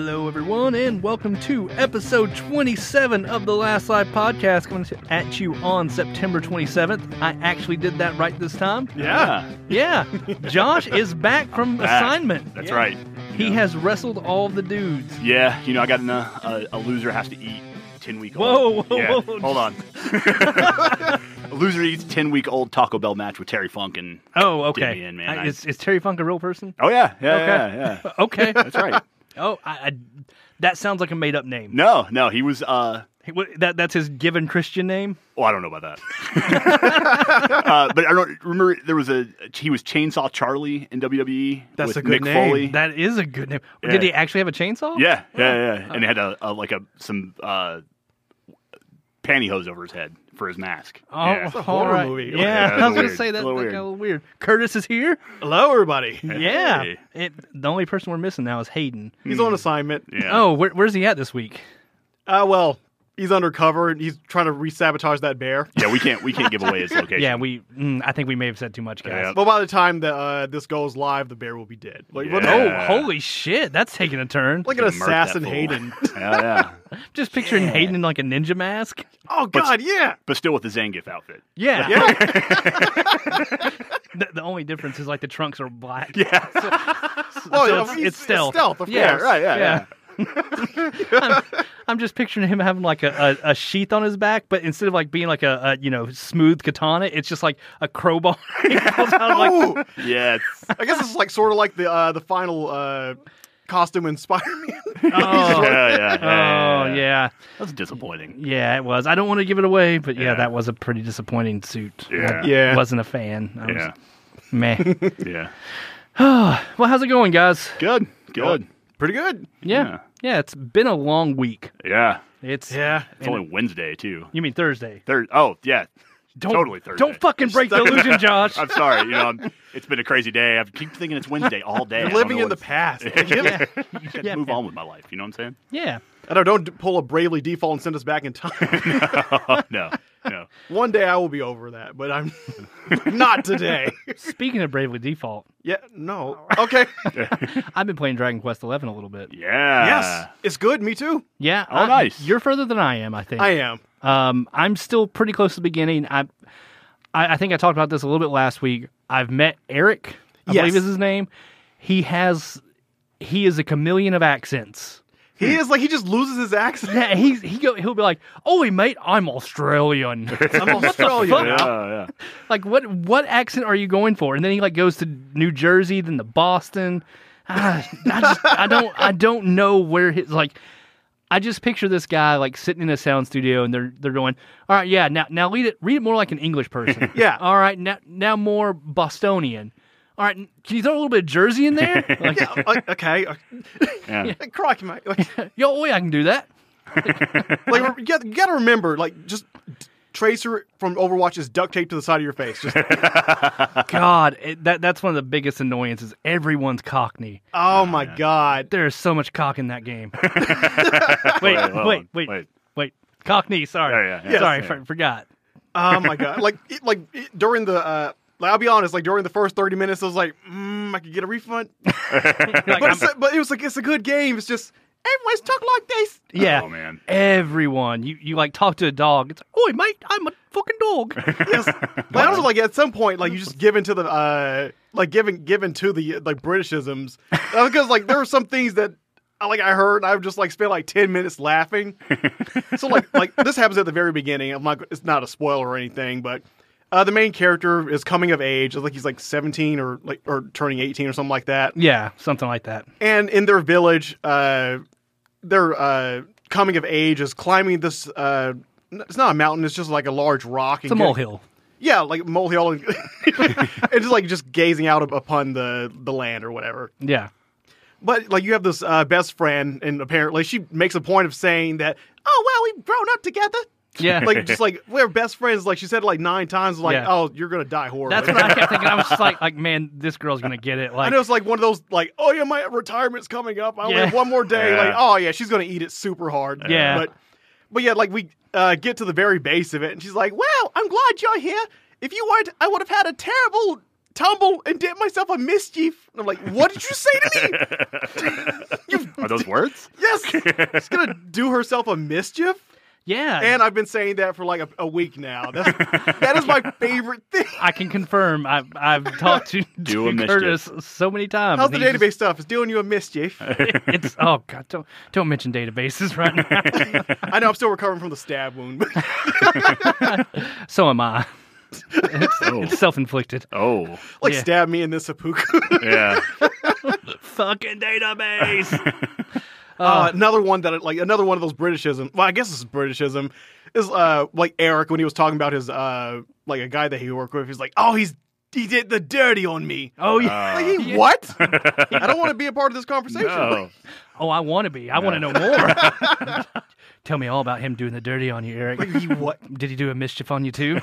on in. Welcome to episode 27 of the Last Live podcast coming to- at you on September 27th. I actually did that right this time. Yeah, Yeah, Josh is back from Back. assignment. that's Yeah. right. He Yeah. has wrestled all the dudes. Yeah, you know, I got in a, a, a loser has to eat ten week Whoa, old. whoa, yeah. whoa. hold on. a loser eats ten week old Taco Bell match with Terry Funk and Oh, okay. me in, man. I- I- is, is Terry Funk a real person? oh yeah, yeah, yeah, Okay. yeah. Okay. That's right. oh, I, I, that sounds like a made up name. No, no, he was. uh He- what- That that's his given Christian name. Well, I don't know about that. uh, but I don't remember there was a he was Chainsaw Charlie in WWE. That's with a good Mick name. Foley. That is a good name. Yeah. Did he actually have a chainsaw? Yeah, yeah, yeah. And he had a, a like a some uh, pantyhose over his head for his mask. Oh, yeah. a horror all right. movie. Yeah, Yeah, I it's was gonna weird. say that. A little that weird. got a little weird. Curtis is here. Hello, everybody. Yeah, Hey. it, the only person we're missing now is Hayden. He's on assignment. Hmm. Yeah. Oh, where, where's he at this week? Uh, well, he's undercover. and He's trying to re-sabotage that bear. yeah. We can't we can't give away his location. Yeah, we. Mm, I think we may have said too much, guys. Yeah. But by the time the, uh, this goes live, the bear will be dead. Like, what- Yeah. Oh, holy shit! That's taking a turn. like an Murk that assassin fool. Hayden. yeah, yeah. Just picturing Hayden in like a ninja mask. Oh God, yeah. But still with the Zangief outfit. Yeah, Yeah, The, the only difference is like the trunks are black. Yeah. Oh, well, it's- Oh, he's- it's stealth. stealth, of Yeah, course. right. Yeah. Yeah. Yeah. I'm just picturing him having like a, a, a sheath on his back, but instead of like being like a, a you know smooth katana, it's just like a crowbar. He pulls out, like- Ooh, yeah. yeah it's- I guess it's like sort of like the uh, the final uh, costume in Spider-Man. oh, yeah, yeah, yeah, oh yeah, yeah, That's disappointing. yeah, it was. I don't want to give it away, but yeah, Yeah. that was a pretty disappointing suit. Yeah. I Yeah. wasn't a fan. I Yeah. was, meh. Yeah. well, how's it going, guys? Good. Good. Pretty good. Yeah, Yeah. yeah. It's been a long week. Yeah. It's Yeah. It's only Wednesday too. You mean Thursday? Third. Oh yeah. Don't, Totally Thursday. Don't fucking break the illusion, Josh. I'm sorry. You know, I'm, it's been a crazy day. I keep thinking it's Wednesday all day. You're I don't living know in the what's- past. yeah, I Yeah, move man. on with my life. You know what I'm saying? yeah. I know. Don't d- pull a bravely default and send us back in time. Oh, no, no. One day I will be over that, but I'm not today. Speaking of Bravely Default, Yeah. No. Okay. I've been playing Dragon Quest Eleven a little bit. Yeah. yes, it's good. Me too. Yeah. Oh, I- nice. You're further than I am, I think. I am. Um, I'm still pretty close to the beginning. I, I, I think I talked about this a little bit last week. I've met Eric. I Yes. believe is his name. He has, he is a chameleon of accents. He is like he just loses his accent. Yeah, he's he go, he'll be like, "Oh, hey, mate, I'm Australian." I'm Australian. fuck? now. Yeah, like, what what accent are you going for? And then he like goes to New Jersey, then to Boston. Ah, I just I don't I don't know where his like. I just picture this guy like sitting in a sound studio, and they're they're going, "All right, yeah, now now read it read it more like an English person." Yeah. All right, now now more Bostonian. All right, can you throw a little bit of Jersey in there? Like, Yeah, like, okay. uh, yeah. yeah. Like, crikey, mate. Like, yo, oh, yeah, I can do that. like re- you, got, you got to remember, like, just d- Tracer from Overwatch is duct taped to the side of your face. Just, oh God, it, that that's one of the biggest annoyances. Everyone's Cockney. oh my God. There is so much cock in that game. wait, Wait, hold wait, on. wait, wait, Wait. Cockney. Sorry, Yeah, yeah, yeah. sorry, Yes. for- forgot. Oh my God. Like, it, like it, during the, uh, like, I'll be honest, like, during the first 30 minutes, I was like, mm, I could get a refund. Like, But, it's, I'm- but it was like, it's a good game. It's just, everyone's talk like this. yeah, Oh, man. everyone. You you like talk to a dog. It's oi, mate. I'm a fucking dog. Yes. Like, I was like, at some point, like, you just give into the, uh, like, giving, given to the, uh, like, Britishisms. Because, like, there were some things that, I like, I heard, and I've just, like, spent, like, 10 minutes laughing. so, like, like, this happens at the very beginning. I'm like, it's not a spoiler or anything, but, uh, the main character is coming of age. It's like, he's, like, 17 or, like, or turning 18 or something like that. yeah, something like that. And in their village, uh, their, uh, coming of age is climbing this, uh, n- it's not a mountain. It's just like a large rock. It's a molehill. Yeah, like molehill, and it's just like just gazing out up- upon the the land or whatever. Yeah. But like you have this uh, best friend, and apparently she makes a point of saying that, "Oh wow, we've grown up together." Yeah. like just like we're best friends. Like she said it like nine times. Like Yeah. oh, you're gonna die horribly. That's what I kept thinking. I was just like, like, man, this girl's gonna get it. I Like, know it's like one of those like, oh yeah, my retirement's coming up. I only Yeah. have one more day. Yeah. Like, oh yeah, she's gonna eat it super hard. Yeah. But but yeah, like we uh, get to the very base of it, and she's like, "Well, I'm glad you're here. If you weren't, I would have had a terrible tumble and did myself a mischief." And I'm like, "What did you say to me? you Are those words? Yes, she's gonna do herself a mischief. Yeah. And I've been saying that for like a, a week now. That's, that is my favorite thing. I can confirm. I've, I've talked to, Do a to mischief. Curtis so many times. How's the and he database just- stuff? It's doing you a mischief. it's oh god, don't don't mention databases right now. I know I'm still recovering from the stab wound. but- so am I. Oh. It's self inflicted. oh. like Yeah. stab me in this seppuku. Yeah. Fucking database. Ah. Uh, another one that like another one of those Britishism. Well, I guess this is Britishism. Is uh like Eric when he was talking about his uh like a guy that he worked with. He's like, oh, he's he did the dirty on me. oh yeah. Like, he, What? I don't want to be a part of this conversation. No. Oh, I want to be. I want to know more. Tell me all about him doing the dirty on you, Eric. Like, he what? Did he do a mischief on you too?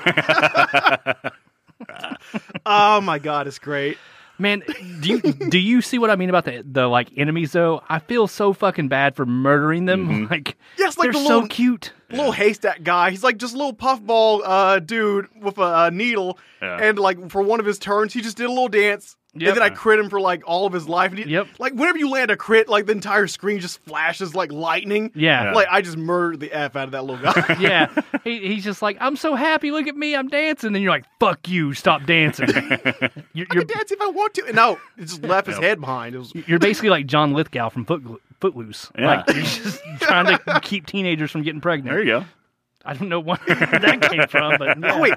Oh my god, it's great. Man, do you do you see what I mean about the the like enemies though? I feel so fucking bad for murdering them. Like Yes, like they're the so little- cute. Little haystack guy. He's like just a little puffball uh dude with a, uh needle, Yeah. and like for one of his turns, he just did a little dance. Yep. And then I crit him for like all of his life. And he- Yep. Like whenever you land a crit, like the entire screen just flashes like lightning. Yeah. Like I just murdered the f out of that little guy. yeah. He, he's just like, I'm so happy. Look at me. I'm dancing. And you're like, fuck you. Stop dancing. you're, I you're, can dance if I want to. And no, it just left his Yep. head behind. It was you're basically like John Lithgow from Foot, Footloose. Yeah. Like, he's just trying to keep teenagers from getting pregnant. There you go. I don't know where that came from, but Oh wait,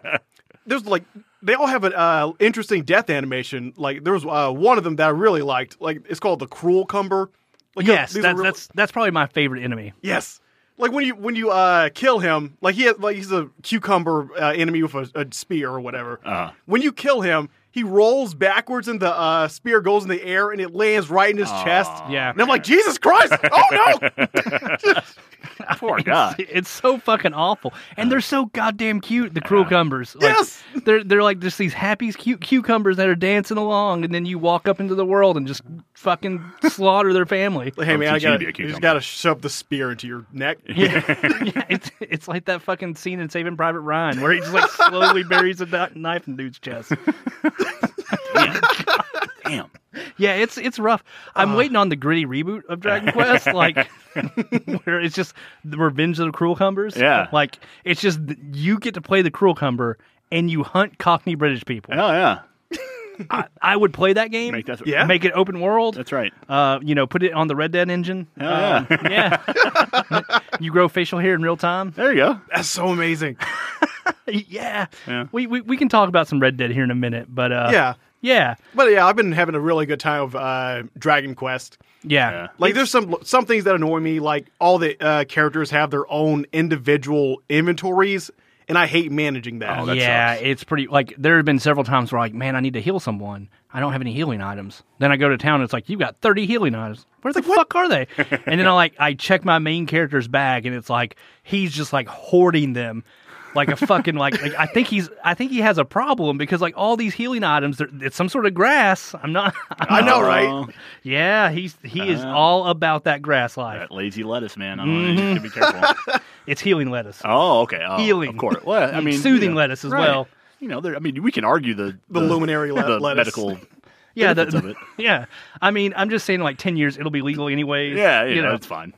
there's like they all have an uh, interesting death animation. Like there was uh, one of them that I really liked. Like it's called the Cruel Cumber. Like, yes, these are that's, really- that's that's probably my favorite enemy. yes. Like when you when you uh, kill him, like he has, like he's a cucumber uh, enemy with a, a spear or whatever. Uh-huh. When you kill him, he rolls backwards and the uh, spear goes in the air and it lands right in his chest. Yeah. and I'm like, Jesus Christ! Oh no! Poor It's- guy. It's, so fucking awful, and they're so goddamn cute. The cruel cumbers. Like, Yes! they're they're like just these happy cute cucumbers that are dancing along, and then you walk up into the world and just fucking slaughter their family. Like, hey Oh, man, I teach you to gotta, be a you just cucumber. gotta shove the spear into your neck. yeah, it's, it's like that fucking scene in Saving Private Ryan where he just like slowly buries a kni- knife in dude's chest. Damn. Damn. Yeah, it's it's rough. I'm waiting on the gritty reboot of Dragon Quest, like where it's just the Revenge of the Cruel Cumbers. Yeah. like it's just th- you get to play the Cruel Cumber and you hunt Cockney British people. Oh yeah. I, I would play that game. Make that. Yeah. Make it open world. That's right. Uh, you know, put it on the Red Dead engine. Um, Oh, yeah. yeah. you grow facial hair in real time. There you go. That's so amazing. yeah. Yeah. We, we we can talk about some Red Dead here in a minute, but uh, yeah. yeah, But yeah, I've been having a really good time of uh, Dragon Quest. yeah. Yeah. Like, there's some some things that annoy me. Like, all the uh, characters have their own individual inventories, and I hate managing that. that yeah, sucks. it's pretty. Like there have been several times where like, man, I need to heal someone. I don't have any healing items. Then I go to town. and It's like you've got thirty healing items. Where the fuck are they? and then I like I check my main character's bag, and it's like he's just like hoarding them, like a fucking like, like I think he's I think he has a problem because like all these healing items, they're- it's some sort of grass. I'm not. I know, right? Oh, yeah, he's he is Uh-huh. all about that grass life. That lazy lettuce, man. I don't know. You should be careful. It's healing lettuce, Oh, okay. Oh, Healing. Of course. Well, I mean, soothing you know, lettuce as right. well. You know, there, I mean, we can argue the The luminary le- the lettuce. medical. Yeah, the, benefits of it. yeah. I mean, I'm just saying, like ten years, it'll be legal anyways. Yeah, you you know, know. it's fine.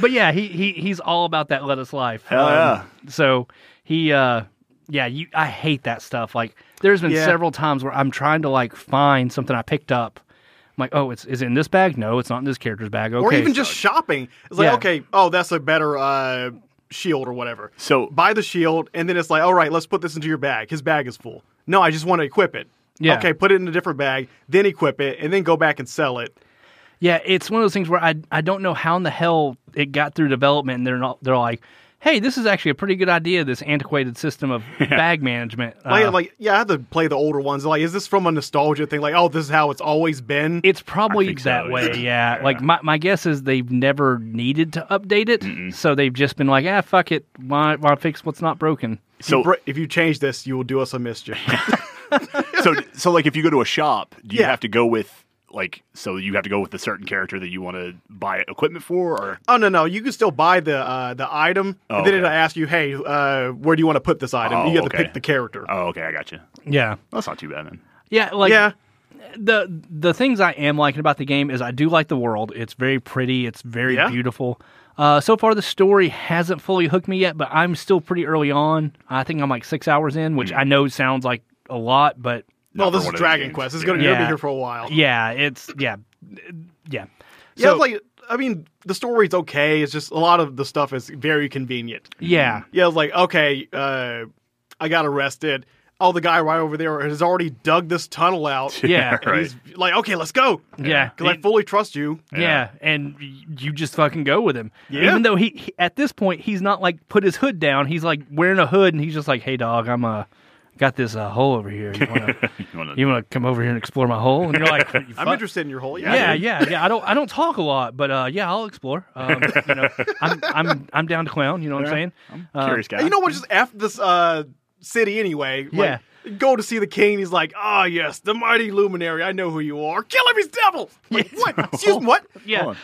But yeah, he, he he's all about that lettuce life. Um, Hell yeah. So he uh yeah, you I hate that stuff. Like there's been Yeah. several times where I'm trying to like find something I picked up. I'm like, oh, it's is it in this bag? No, it's not in this character's bag. Okay. or even just shopping. It's like, Yeah. okay, oh, that's a better uh, shield or whatever. So- buy the shield, and then it's like, all right, let's put this into your bag. His bag is full. No, I just want to equip it. Yeah. Okay, put it in a different bag, then equip it, and then go back and sell it. yeah, it's one of those things where I I don't know how in the hell it got through development and they're not they're like, hey, this is actually a pretty good idea, this antiquated system of bag management. Like, Uh, Uh-huh. like, yeah, I have to play the older ones. Like, is this from a nostalgia thing? Like, oh, this is how it's always been. It's probably think so, that yeah. way, yeah. Like my, my guess is they've never needed to update it, so they've just been like, ah, fuck it, why why fix what's not broken? if, you So, br- if you change this, you will do us a mischief. so, so, like, if you go to a shop, do you Yeah. have to go with like? So, you have to go with a certain character that you want to buy equipment for, or oh no, no, you can still buy the uh, the item, Oh, and then okay. it'll ask you, hey, uh, where do you want to put this item? Oh, you have to okay. pick the character. oh, okay, I got you. Yeah, That's not too bad then. yeah, like yeah, the the things I am liking about the game is I do like the world. It's very pretty. It's very Yeah. beautiful. Uh, so far, the story hasn't fully hooked me yet, but I'm still pretty early on. I think I'm like six hours in, Mm. which I know sounds like a lot, but Well, for this is one of those Dragon games. Quest. It's gonna, Yeah. you're gonna be here for a while. yeah, it's yeah, yeah. Yeah, So- it's like I mean, the story's okay. It's just a lot of the stuff is very convenient. yeah, Yeah, it's like okay, uh, I got arrested. Oh, the guy right over there has already dug this tunnel out. Yeah, And right. he's like, okay, let's go. Yeah. because I fully trust you. Yeah. and y- you just fucking go with him. Yeah. Even though he, he- at this point he's not like put his hood down. He's like wearing a hood and he's just like, "Hey dog, I'm uh got this uh, hole over here. You wanna You wanna- you wanna come over here and explore my hole?" And you're like, I'm "Fuck." interested in your whole. Yeah, Yeah, dude. yeah, yeah. I don't I don't talk a lot, but uh yeah, I'll explore. Um, you know, I'm I'm I'm down to clown, you know what I'm Yeah. saying? I'm Uh, curious guy. And you know what? Just after this uh, city, anyway. Like, Go to see the king. He's like, ah, yes, the mighty luminary. I know who you are. Kill him, he's devil. Like, what? Excuse me, what? Yeah. Hold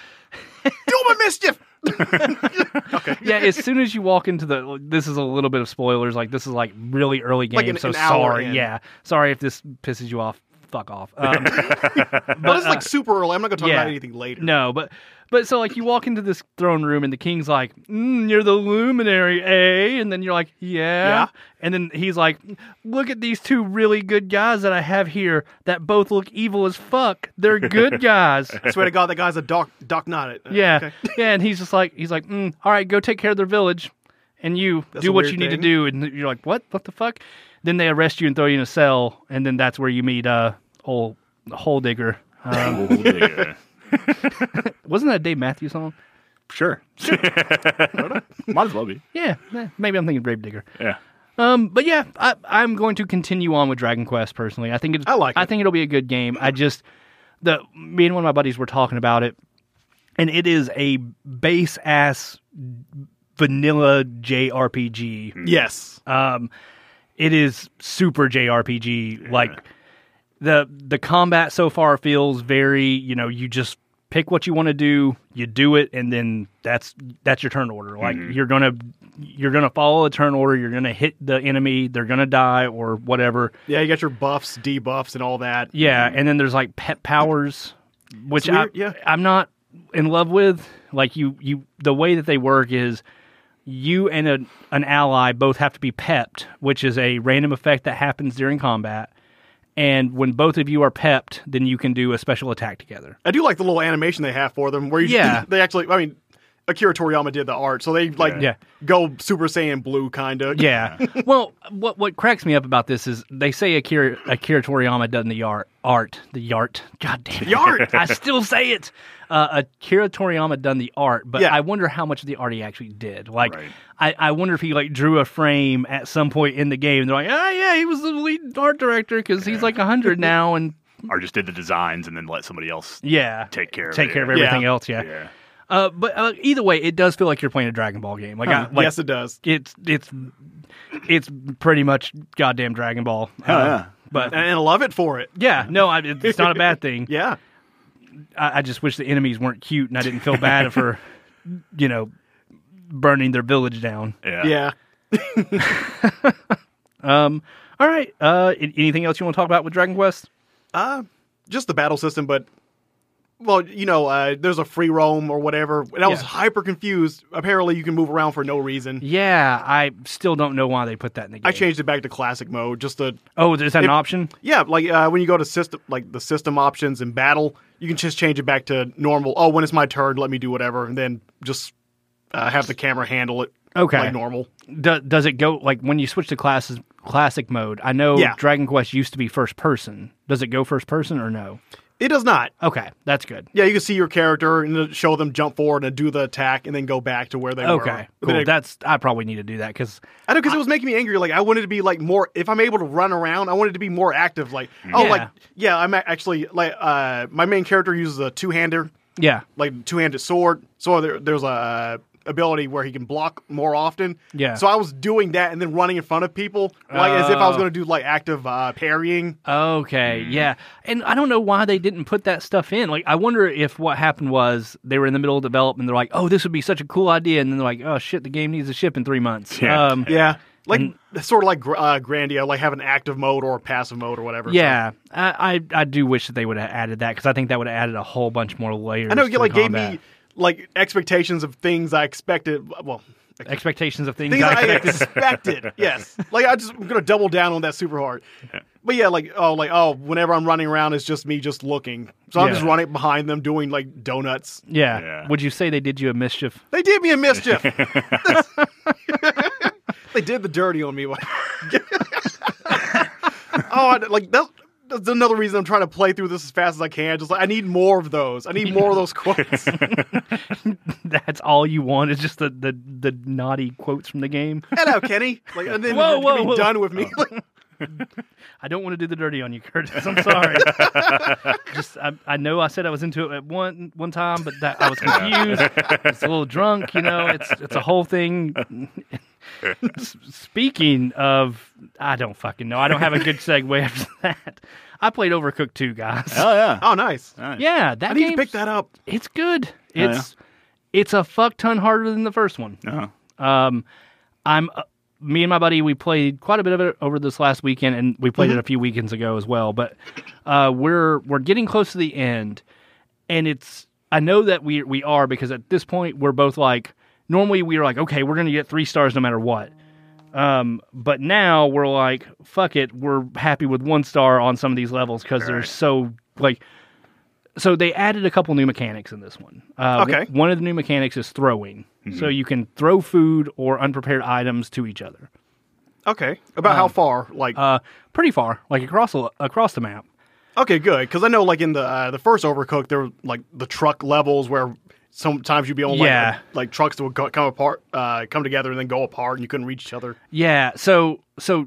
on. Do him a mischief. yeah, as soon as you walk into the, this is a little bit of spoilers. Like this is like really early game, Like an- so an hour sorry. in. Yeah, sorry if this pisses you off. Fuck off. Um, But it's like uh, super early. I'm not gonna talk yeah. about anything later. no, but but so like you walk into this throne room and the king's like, mm, "You're the luminary, eh?" And then you're like, yeah. Yeah. And then he's like, "Look at these two really good guys that I have here that both look evil as fuck. They're good guys." I swear to God, that guy's a doc, doc not it. Yeah, yeah, and he's just like he's like, mm, all right, go take care of their village, and you That's do a what weird you need to thing. do, and you're like, what, what the fuck? Then they arrest you and throw you in a cell, and then that's where you meet uh old hole digger. Uh, Oh, yeah. wasn't that a Dave Matthews song? Sure. Might as well be. Yeah, eh, maybe I'm thinking Grave Digger. Yeah. Um, but yeah, I, I'm going to continue on with Dragon Quest personally. I think it's, I like I it. think it'll be a good game. I just the me and one of my buddies were talking about it, and it is a base ass vanilla Mm. JRPG. Yes. Um, it is super JRPG. Like the the combat so far feels very you know you just pick what you want to do, you do it, and then that's that's your turn order. Like you're gonna you're gonna follow a turn order. You're gonna hit the enemy. They're gonna die or whatever. Yeah, you got your buffs, debuffs, and all that. Yeah, and then there's like pet powers, which It's I, weird, yeah. I'm not in love with. Like you, you, the way that they work is you and a, an ally both have to be pepped, which is a random effect that happens during combat. And when both of you are pepped, then you can do a special attack together. I do like the little animation they have for them, where you, Yeah. they actually. I mean, Akira Toriyama did the art, so they like Yeah. go Super Saiyan blue, kind of. Yeah. well, what what cracks me up about this is they say Akira Akira Toriyama done the yart art the yart. God damn it. Yart! I still say it. Uh, Akira Toriyama done the art, but Yeah. I wonder how much of the art he actually did. Like, Right. I, I wonder if he like drew a frame at some point in the game. They're like, oh yeah, he was the lead art director because he's like hundred now, and Or just did the designs and then let somebody else. yeah, Take care of take it, care of yeah. everything Yeah. else. Yeah. Yeah. Uh, but uh, either way, it does feel like you're playing a Dragon Ball game. Like, I, like yes, it does. it's it's it's pretty much goddamn Dragon Ball. Uh, yeah. But And, and I love it for it. yeah, no, I, it's not a bad thing. Yeah. I, I just wish the enemies weren't cute, and I didn't feel bad for you know burning their village down. Yeah. Yeah. Um, all right. Uh, a- anything else you want to talk about with Dragon Quest? Uh, just the battle system, but. Well, you know, uh, there's a free roam or whatever, and I was Yeah. hyper confused. Apparently, you can move around for no reason. Yeah, I still don't know why they put that in the game. I changed it back to classic mode just to Oh, is that an If- option? Yeah, like uh, when you go to system, like the system options in battle, you can just change it back to normal. Oh, when it's my turn, let me do whatever, and then just uh, have the camera handle it. Okay. like normal. Do, does it go like when you switch to classes classic mode? I know Yeah. Dragon Quest used to be first person. Does it go first person or no? It does not. Okay, that's good. Yeah, you can see your character and it'll show them jump forward and do the attack, and then go back to where they were. Okay, But cool. it- That's I probably need to do that because I know because it was making me angry. Like I wanted to be like more. If I'm able to run around, I wanted to be more active. Like oh, Yeah. like yeah, I'm a- actually like uh, my main character uses a two hander. yeah, like two handed sword. So there, there's a ability where he can block more often. Yeah. So I was doing that and then running in front of people, like as if I was Oh. going to do like active uh, parrying. Okay, Mm. yeah. And I don't know why they didn't put that stuff in. Like, I wonder if what happened was they were in the middle of development. They're like, oh, this would be such a cool idea. And then they're like, oh, shit, the game needs a ship in three months. Yeah. Um, Yeah. like sort of like Gr- uh, Grandio, like have an active mode or a passive mode or whatever. Yeah, I, I I do wish that they would have added that because I think that would have added a whole bunch more layers. I know it to like gave combat. me like expectations of things I expected. Well, expectations of things. things I I expected. expected. Yes, like I just I'm gonna double down on that super hard. But yeah, like oh, like oh, whenever I'm running around, it's just me just looking. So I'm Yeah. just running behind them, doing like donuts. yeah. Yeah. Would you say they did you a mischief? They did me a mischief. they did the dirty on me. oh, I, like that's. That's another reason I'm trying to play through this as fast as I can. Just like I need more of those. I need more of those quotes. That's all you want is just the the, the naughty quotes from the game. Hello, Kenny. Like and then Whoa, you're gonna whoa, be whoa. done with me. I don't want to do the dirty on you, Curtis. I'm sorry. Just I, I know I said I was into it at one one time, but that I was confused. it's a little drunk, you know. It's it's a whole thing. S- Speaking of, I don't fucking know. I don't have a good segue after that. I played Overcooked 2, guys. Oh yeah. oh, nice. Nice. yeah, I that need to game. pick that up. Oh, It's good. yeah. It's it's a fuck ton harder than the first one. Uh-huh. Um, I'm uh, me and my buddy we played quite a bit of it over this last weekend, and we played it a few weekends ago as well. But uh, we're we're getting close to the end, and it's I know that we we are because at this point we're both like normally we're like okay we're gonna get three stars no matter what. Um, but now we're like, fuck it, we're happy with one star on some of these levels because they're so like. So they added a couple new mechanics in this one. Uh, Okay. w- one of the new mechanics is throwing, so you can throw food or unprepared items to each other. Okay. About how far? Like Uh, pretty far, like across the, across the map. okay, good. Because I know like in the uh, the first Overcooked, there were like the truck levels where sometimes you'd be on like, Yeah. a- like trucks that would go, come apart, uh, come together and then go apart, and you couldn't reach each other. Yeah. So so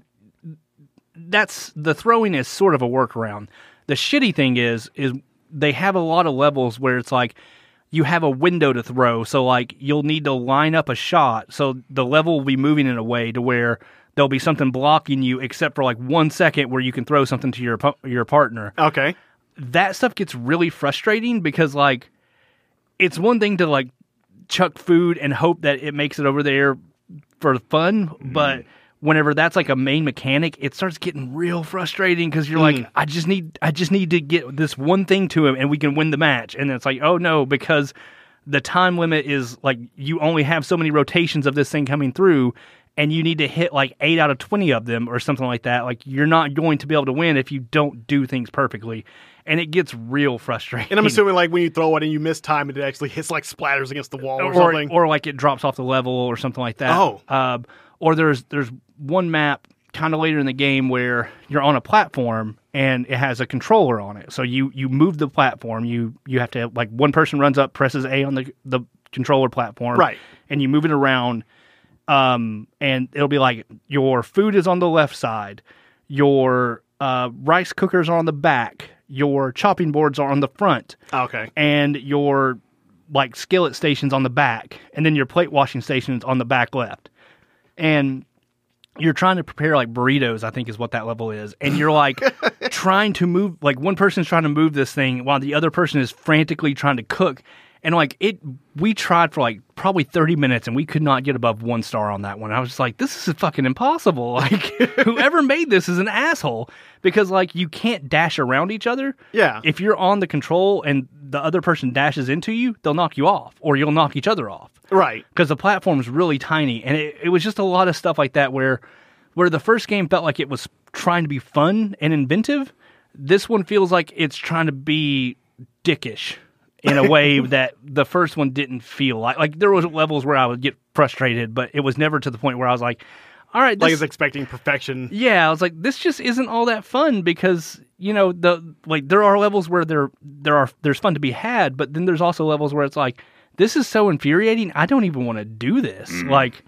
that's the throwing is sort of a workaround. The shitty thing is is they have a lot of levels where it's like you have a window to throw, so like you'll need to line up a shot. So the level will be moving in a way to where there'll be something blocking you, except for like one second where you can throw something to your po- your partner Okay. that stuff gets really frustrating because like it's one thing to like chuck food and hope that it makes it over there for fun Mm-hmm. but whenever that's like a main mechanic it starts getting real frustrating because you're Mm. like i just need i just need to get this one thing to him and we can win the match and it's like oh no because the time limit is like you only have so many rotations of this thing coming through and you need to hit like 8 out of 20 of them or something like that like you're not going to be able to win if you don't do things perfectly and it gets real frustrating And I'm assuming like when you throw it and you miss time, it actually hits like splatters against the wall or, or, something. or, like it drops off the level or something like that. Oh. Um, or there's there's one map kind of later in the game where you're on a platform and it has a controller on it. So you you move the platform. You you have to like one person runs up, presses A on the the controller platform, Right. And you move it around. Um, and it'll be like your food is on the left side, your uh, rice cookers are on the back, your chopping boards are on the front okay. and your like skillet stations on the back, and then your plate washing stations on the back left. And you're trying to prepare like burritos, I think is what that level is. And you're like trying to move like one person's trying to move this thing while the other person is frantically trying to cook. And like it we tried for like probably 30 minutes and we could not get above 1 star on that one. I was just like this is fucking impossible. Like whoever made this is an asshole because like you can't dash around each other Yeah. if you're on the control and the other person dashes into you, they'll knock you off or you'll knock each other off Right. because the platform's really tiny. And it, it was just a lot of stuff like that where where the first game felt like it was trying to be fun and inventive. This one feels like it's trying to be dickish in a way that the first one didn't feel like. Like there was levels where I would get frustrated, but it was never to the point where I was like, all right, this, Like it's expecting perfection. yeah, I was like, this just isn't all that fun because you know the like there are levels where there there are there's fun to be had, but then there's also levels where it's like this is so infuriating. I don't even want to do this. Mm-hmm. Like,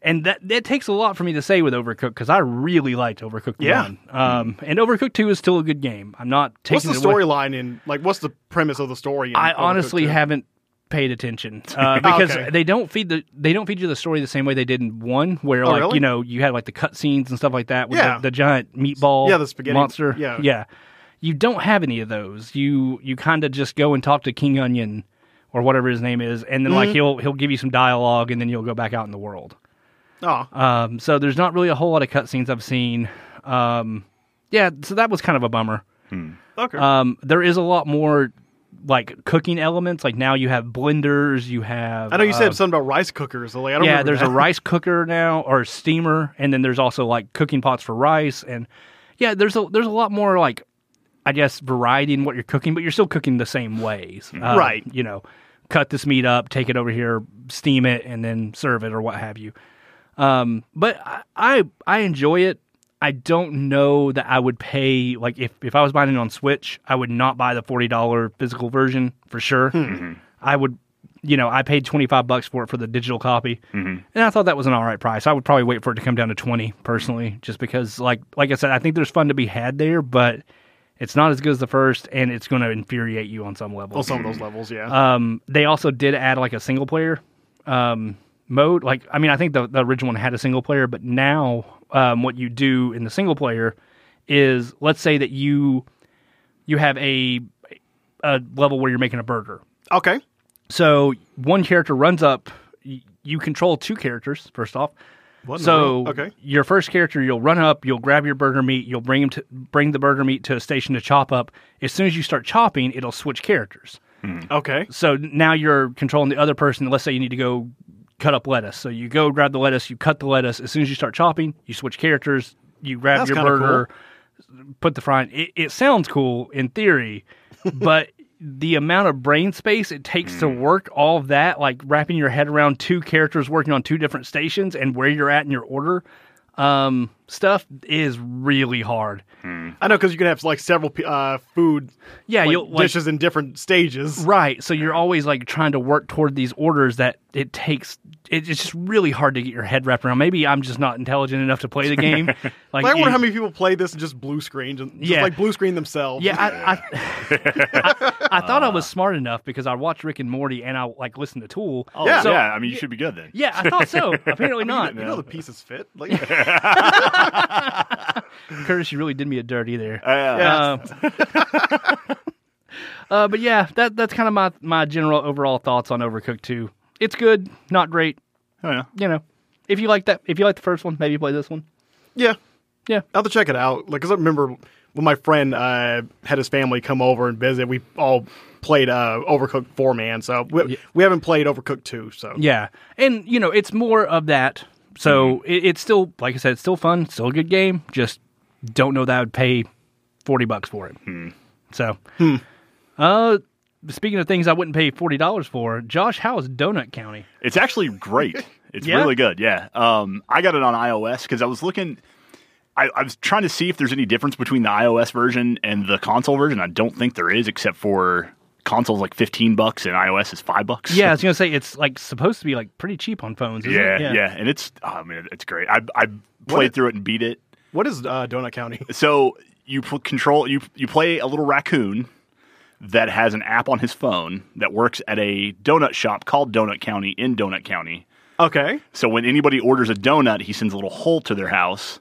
and that that takes a lot for me to say with Overcooked because I really liked Overcooked Yeah. one, um, and Overcooked two is still a good game. I'm not What's taking the it away- storyline in like what's the premise of the story? in I Overcooked honestly 2? haven't paid attention uh, because oh, Okay. they don't feed the they don't feed you the story the same way they did in one, where like Oh, really? you know you had like the cutscenes and stuff like that with Yeah. the, the giant meatball, Yeah, the spaghetti- monster, yeah. yeah. You don't have any of those. You you kind of just go and talk to King Onion Mm-hmm. or whatever his name is, and then like he'll he'll give you some dialogue, and then you'll go back out in the world. Oh, Um, so there's not really a whole lot of cutscenes I've seen. Um, yeah, so that was kind of a bummer. okay. Um, there is a lot more like cooking elements. Like now you have blenders, you have I know you uh, said something about rice cookers. so, Like, I don't yeah, remember there's that. a rice cooker now or a steamer, and then there's also like cooking pots for rice, and yeah, there's a there's a lot more like I guess variety in what you're cooking, but you're still cooking the same ways, Um, Mm-hmm. Right. You know, cut this meat up, take it over here, steam it, and then serve it or what have you. Um, but I, I I enjoy it. I don't know that I would pay like if if I was buying it on Switch, I would not buy the forty dollar physical version for sure. I would, you know, I paid twenty five bucks for it for the digital copy, and I thought that was an all right price. I would probably wait for it to come down to twenty personally, just because like like I said, I think there's fun to be had there, but it's not as good as the first, and it's going to infuriate you on some level. on some of those levels. Yeah. Um, they also did add like a single player um, mode. Like, I mean, I think the, the original one had a single player, but now um, what you do in the single player is, let's say that you you have a a level where you're making a burger. okay. So one character runs up. y- You control two characters first off. What in the so world? okay. your first character, you'll run up, you'll grab your burger meat, you'll bring him to bring the burger meat to a station to chop up. As soon as you start chopping, it'll switch characters. Okay. So now you're controlling the other person. Let's say you need to go cut up lettuce. So you go grab the lettuce, you cut the lettuce. As soon as you start chopping, you switch characters, you grab That's your kinda burger, put the frying. It, it sounds cool in theory, but the amount of brain space it takes Mm. to work all of that, like wrapping your head around two characters working on two different stations and where you're at in your order, um, stuff is really hard. I know because you can have like several p- uh, food Yeah, like, you'll like, dishes in different stages. Right. So you're always like trying to work toward these orders that it takes. It, it's just really hard to get your head wrapped around. Maybe I'm just not intelligent enough to play the game. Like, Like, I wonder it- how many people play this and just blue screen, just, just, Yeah. like blue screen themselves. Yeah, I, I, I, I thought I was smart enough because I watched Rick and Morty and I like listened to Tool. Oh, Yeah. yeah, So- I mean, you should be good then. Yeah, I thought so. Apparently not. You know the pieces fit. Like, Curtis, you really did me a dirty there. Uh, Um, uh, but yeah, that that's kind of my my general overall thoughts on Overcooked 2. It's good, not great. I don't know. You know, if you like that, if you like the first one, maybe play this one. yeah, Yeah. I'll have to check it out. Like, cause I remember when my friend uh, had his family come over and visit. We all played uh, Overcooked Four Man, so we, we haven't played Overcooked Two. So Yeah, and you know it's more of that. So it, it's still, like I said, it's still fun, still a good game. Just don't know that I would pay forty bucks for it. Hmm. So, uh, speaking of things I wouldn't pay forty dollars for, Josh, how is Donut County? It's actually great. It's Yeah? really good. Yeah. Um, I got it on iOS because I was looking. I, I was trying to see if there's any difference between the iOS version and the console version. I don't think there is, except for consoles like 15 bucks and iOS is five bucks. Yeah, I was gonna say it's like supposed to be like pretty cheap on phones. Isn't yeah, it? yeah, And it's, I mean, it's great. I, I played it- through it and beat it. what is uh, Donut County? So you pl- control you you play a little raccoon that has an app on his phone that works at a donut shop called Donut County in Donut County. okay, So when anybody orders a donut, he sends a little hole to their house,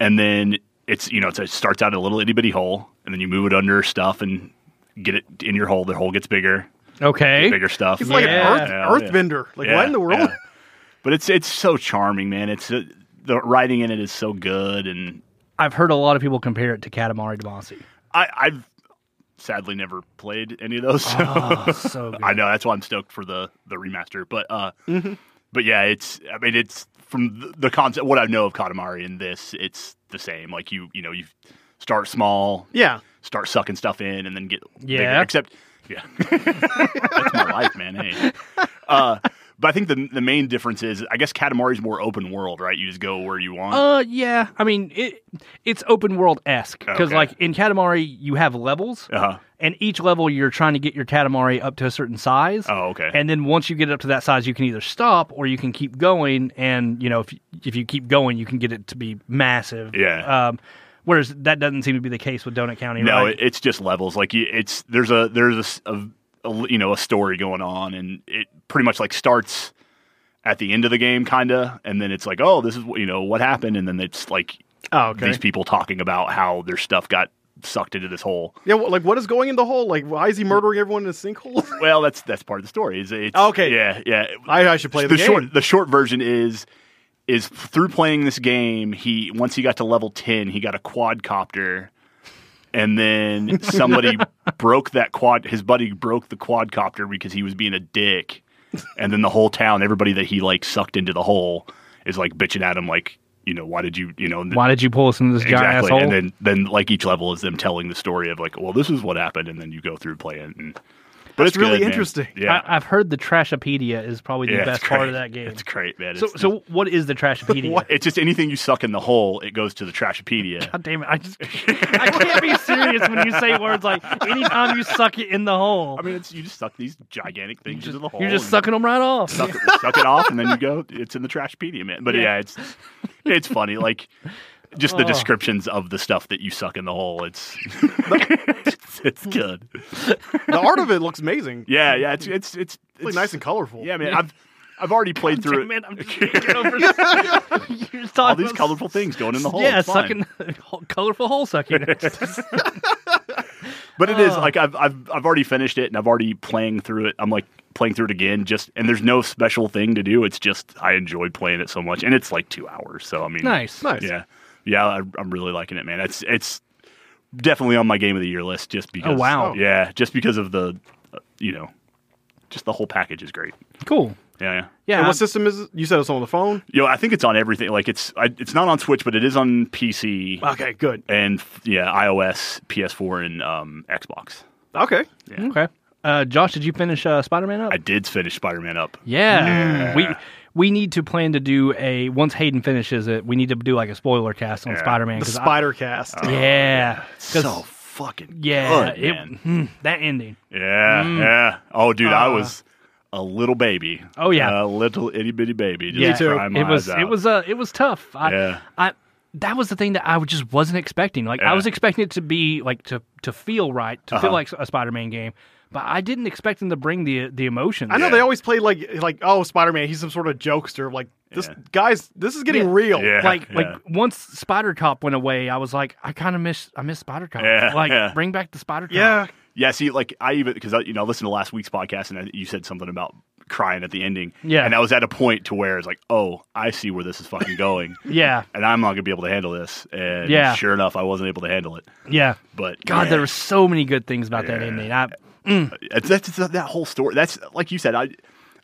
and then it's you know it's, it starts out in a little itty bitty hole, and then you move it under stuff and get it in your hole. The hole gets bigger, Okay. bigger stuff. it's like Yeah. an Earth Yeah, yeah. Earthbender. Like, what in the world? yeah. But it's it's so charming, man. It's uh, the writing in it is so good, and I've heard a lot of people compare it to Katamari Damacy. I, I've sadly never played any of those. so- Ah. Oh, so good. I know that's why I'm stoked for the the remaster. But uh, Mm-hmm. but yeah, it's I mean it's from the, the concept what I know of Katamari and this, it's the same. Like you you know you start small, Yeah. start sucking stuff in, and then get Yeah. bigger. Except yeah, that's my life, man. Hey. Uh, but I think the the main difference is I guess Katamari's more open world, right? You just go where you want. Uh, yeah. I mean, it it's open world esque because Okay. like in Katamari, you have levels, Uh-huh. and each level you're trying to get your Katamari up to a certain size. Oh, okay. And then once you get it up to that size, you can either stop or you can keep going. And you know, if if you keep going, you can get it to be massive. Yeah. Um, whereas that doesn't seem to be the case with Donut County. No, right? it, it's just levels. Like you, it's there's a there's a s- a, a- you know a story going on, and it pretty much like starts at the end of the game, kinda, and then it's like, oh, this is what you know what happened, and then it's like Oh, okay. these people talking about how their stuff got sucked into this hole. Yeah, wh- like what is going in the hole? Like, why is he murdering everyone in a sinkhole? Well, that's that's part of the story. Is it's Okay. Yeah, yeah. I, I should play the, the game. short the short version is is through playing this game, he once he got to level ten, he got a quadcopter, and then somebody broke that quad. His buddy broke the quadcopter because he was being a dick, and then the whole town, everybody that he like sucked into the hole, is like bitching at him, like you know, why did you, you know, and Why did you pull us into this giant exactly. asshole? And then then like each level is them telling the story of like, well, this is what happened, and then you go through play it. And, but it's That's good, really man. interesting. Yeah, I, I've heard the Trashopedia is probably the yeah, best it's part great. of that game. It's great, man. so, It's- so what is the Trashopedia? it's just anything you suck in the hole, it goes to the trashopedia. God damn it! I just I can't be serious when you say words like anytime you suck it in the hole. I mean, it's you just suck these gigantic things into the hole. You're just and sucking them right off. Suck, it- suck it off, and then you go. It's in the trashopedia, man. But Yeah. yeah, it's it's funny, like just the Oh. descriptions of the stuff that you suck in the hole. It's it's, it's good. The art of it looks amazing. Yeah, yeah. It's it's it's, It's like nice and colorful. yeah, man. I've I've already played through it. Damn it, I'm just gonna get over You're talking All these about- colorful things going in the hole. Yeah, It's fine. sucking colorful hole sucking. But it is Oh. like I've I've I've already finished it and I've already playing through it. I'm like playing through it again just and there's no special thing to do. It's just I enjoy playing it so much and it's like 2 hours. So I mean nice. Nice. Yeah. Yeah, I, I'm really liking it, man. It's it's definitely on my game of the year list just because Oh, wow. Yeah, just because of the uh, you know, just the whole package is great. Cool. Yeah, yeah. Yeah. And I'm- what system is it? You said it's on the phone? Yo, I think it's on everything. Like it's I, it's not on Switch, but it is on PC Okay, good. and f- yeah, iOS, PS4 and um, Xbox. Okay. Okay. Uh, Josh, did you finish uh, Spider Man up? I did finish Spider-Man up. yeah. We we need to plan to do a once Hayden finishes it, we need to do like a spoiler cast on Yeah. Oh, Spider Man. The Spider Cast. yeah. 'Cause- so fucking yeah. good, it- Mm. man. hmm, that ending. yeah, yeah. Oh, dude, I Uh, was a little baby. Oh, yeah. a little itty bitty baby. Just Yeah. Me too. crying my it was eyes out. it was uh it was tough. I, Yeah. I that was the thing that I just wasn't expecting. Like I Yeah. Uh-huh. was expecting it to be like to to feel right, to feel like a Spider-Man game, but I didn't expect them to bring the the emotions. I know Yeah. they always play like like oh Spider Man he's some sort of jokester like this Yeah. guys this is getting Yeah. real Yeah. Like yeah. like once Spider Cop went away, I was like, I kind of miss I miss Spider Cop. Yeah, like yeah. bring back the Spider Cop. yeah yeah. See, like I even because I you know I listened to last week's podcast and I, you said something about crying at the ending. Yeah. and I was at a point to where it's like, oh, I see where this is fucking going. yeah, And I'm not gonna be able to handle this. And Yeah. sure enough, I wasn't able to handle it. yeah. But God, yeah. there were so many good things about that Yeah. ending. I, It's- that's, it's that whole story. That's like you said. I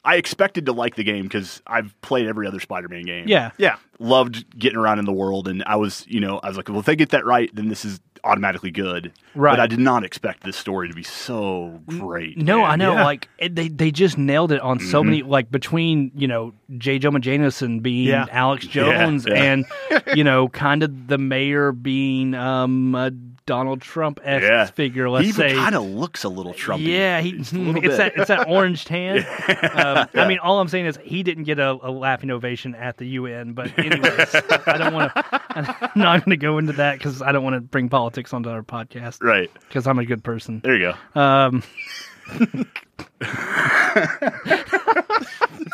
I expected to like the game because I've played every other Spider-Man game. yeah, yeah loved getting around in the world, and I was you know I was like, well, if they get that right, then this is automatically good. Right. But I did not expect this story to be so great. No, man. I know. Yeah. Like it, they they just nailed it on so Mm-hmm. many. Like between you know J. Jonah Jameson being Yeah. Alex Jones yeah. and you know kind of the mayor being um a Donald Trump esque Yeah. figure. Let's he say. kind of looks a little Trumpy. yeah, he, Just a little it's bit. that it's that orange tan. Um, I mean, all I'm saying is he didn't get a, a laughing ovation at the UN. But anyways, I don't want to. I'm not going to go into that because I don't want to bring politics onto our podcast Right because I'm a good person. there, you go. Um, It's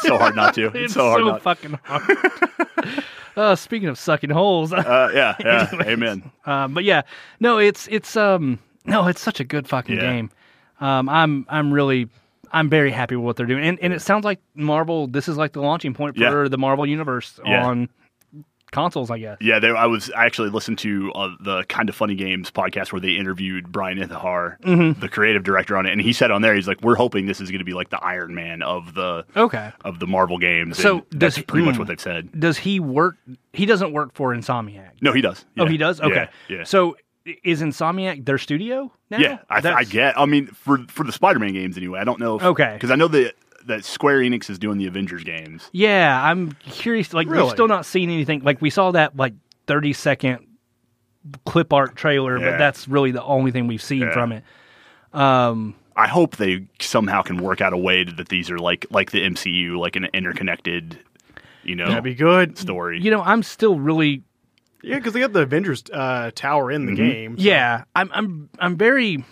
so hard not to. It's, so hard not. fucking hard. uh, speaking of sucking holes, uh, yeah, yeah. Amen. uh, but yeah, no, it's it's um no, it's such a good fucking Yeah. game. Um, I'm I'm really I'm very happy with what they're doing, and and it sounds like Marvel. This is like the launching point Yeah. for the Marvel universe Yeah. on consoles, I guess. Yeah, there. I was I actually listened to uh, the Kind of Funny Games podcast where they interviewed Brian Ithahar, Mm-hmm. the creative director on it, and he said on there, he's like, "We're hoping this is going to be like the Iron Man of the Okay. of the Marvel games." So and that's does- pretty much mm. what they've said. Does he work? He doesn't work for Insomniac. No, he does. Oh, Yeah. he does. Okay. Yeah. yeah. So i- is Insomniac their studio now? yeah, I, th- I That's- get. I mean, for for the Spider-Man games anyway. I don't know. If, Okay. Because I know that that Square Enix is doing the Avengers games. Yeah, I'm curious. Like Really? we've still not seen anything. Like we saw that like 30 second clip art trailer, Yeah. but that's really the only thing we've seen Yeah. from it. Um, I hope they somehow can work out a way that these are like like the MCU, like an interconnected, you know, that'd be good story. you know, I'm still really yeah because they got the Avengers uh, tower in the Mm-hmm. game so- yeah. I'm I'm I'm very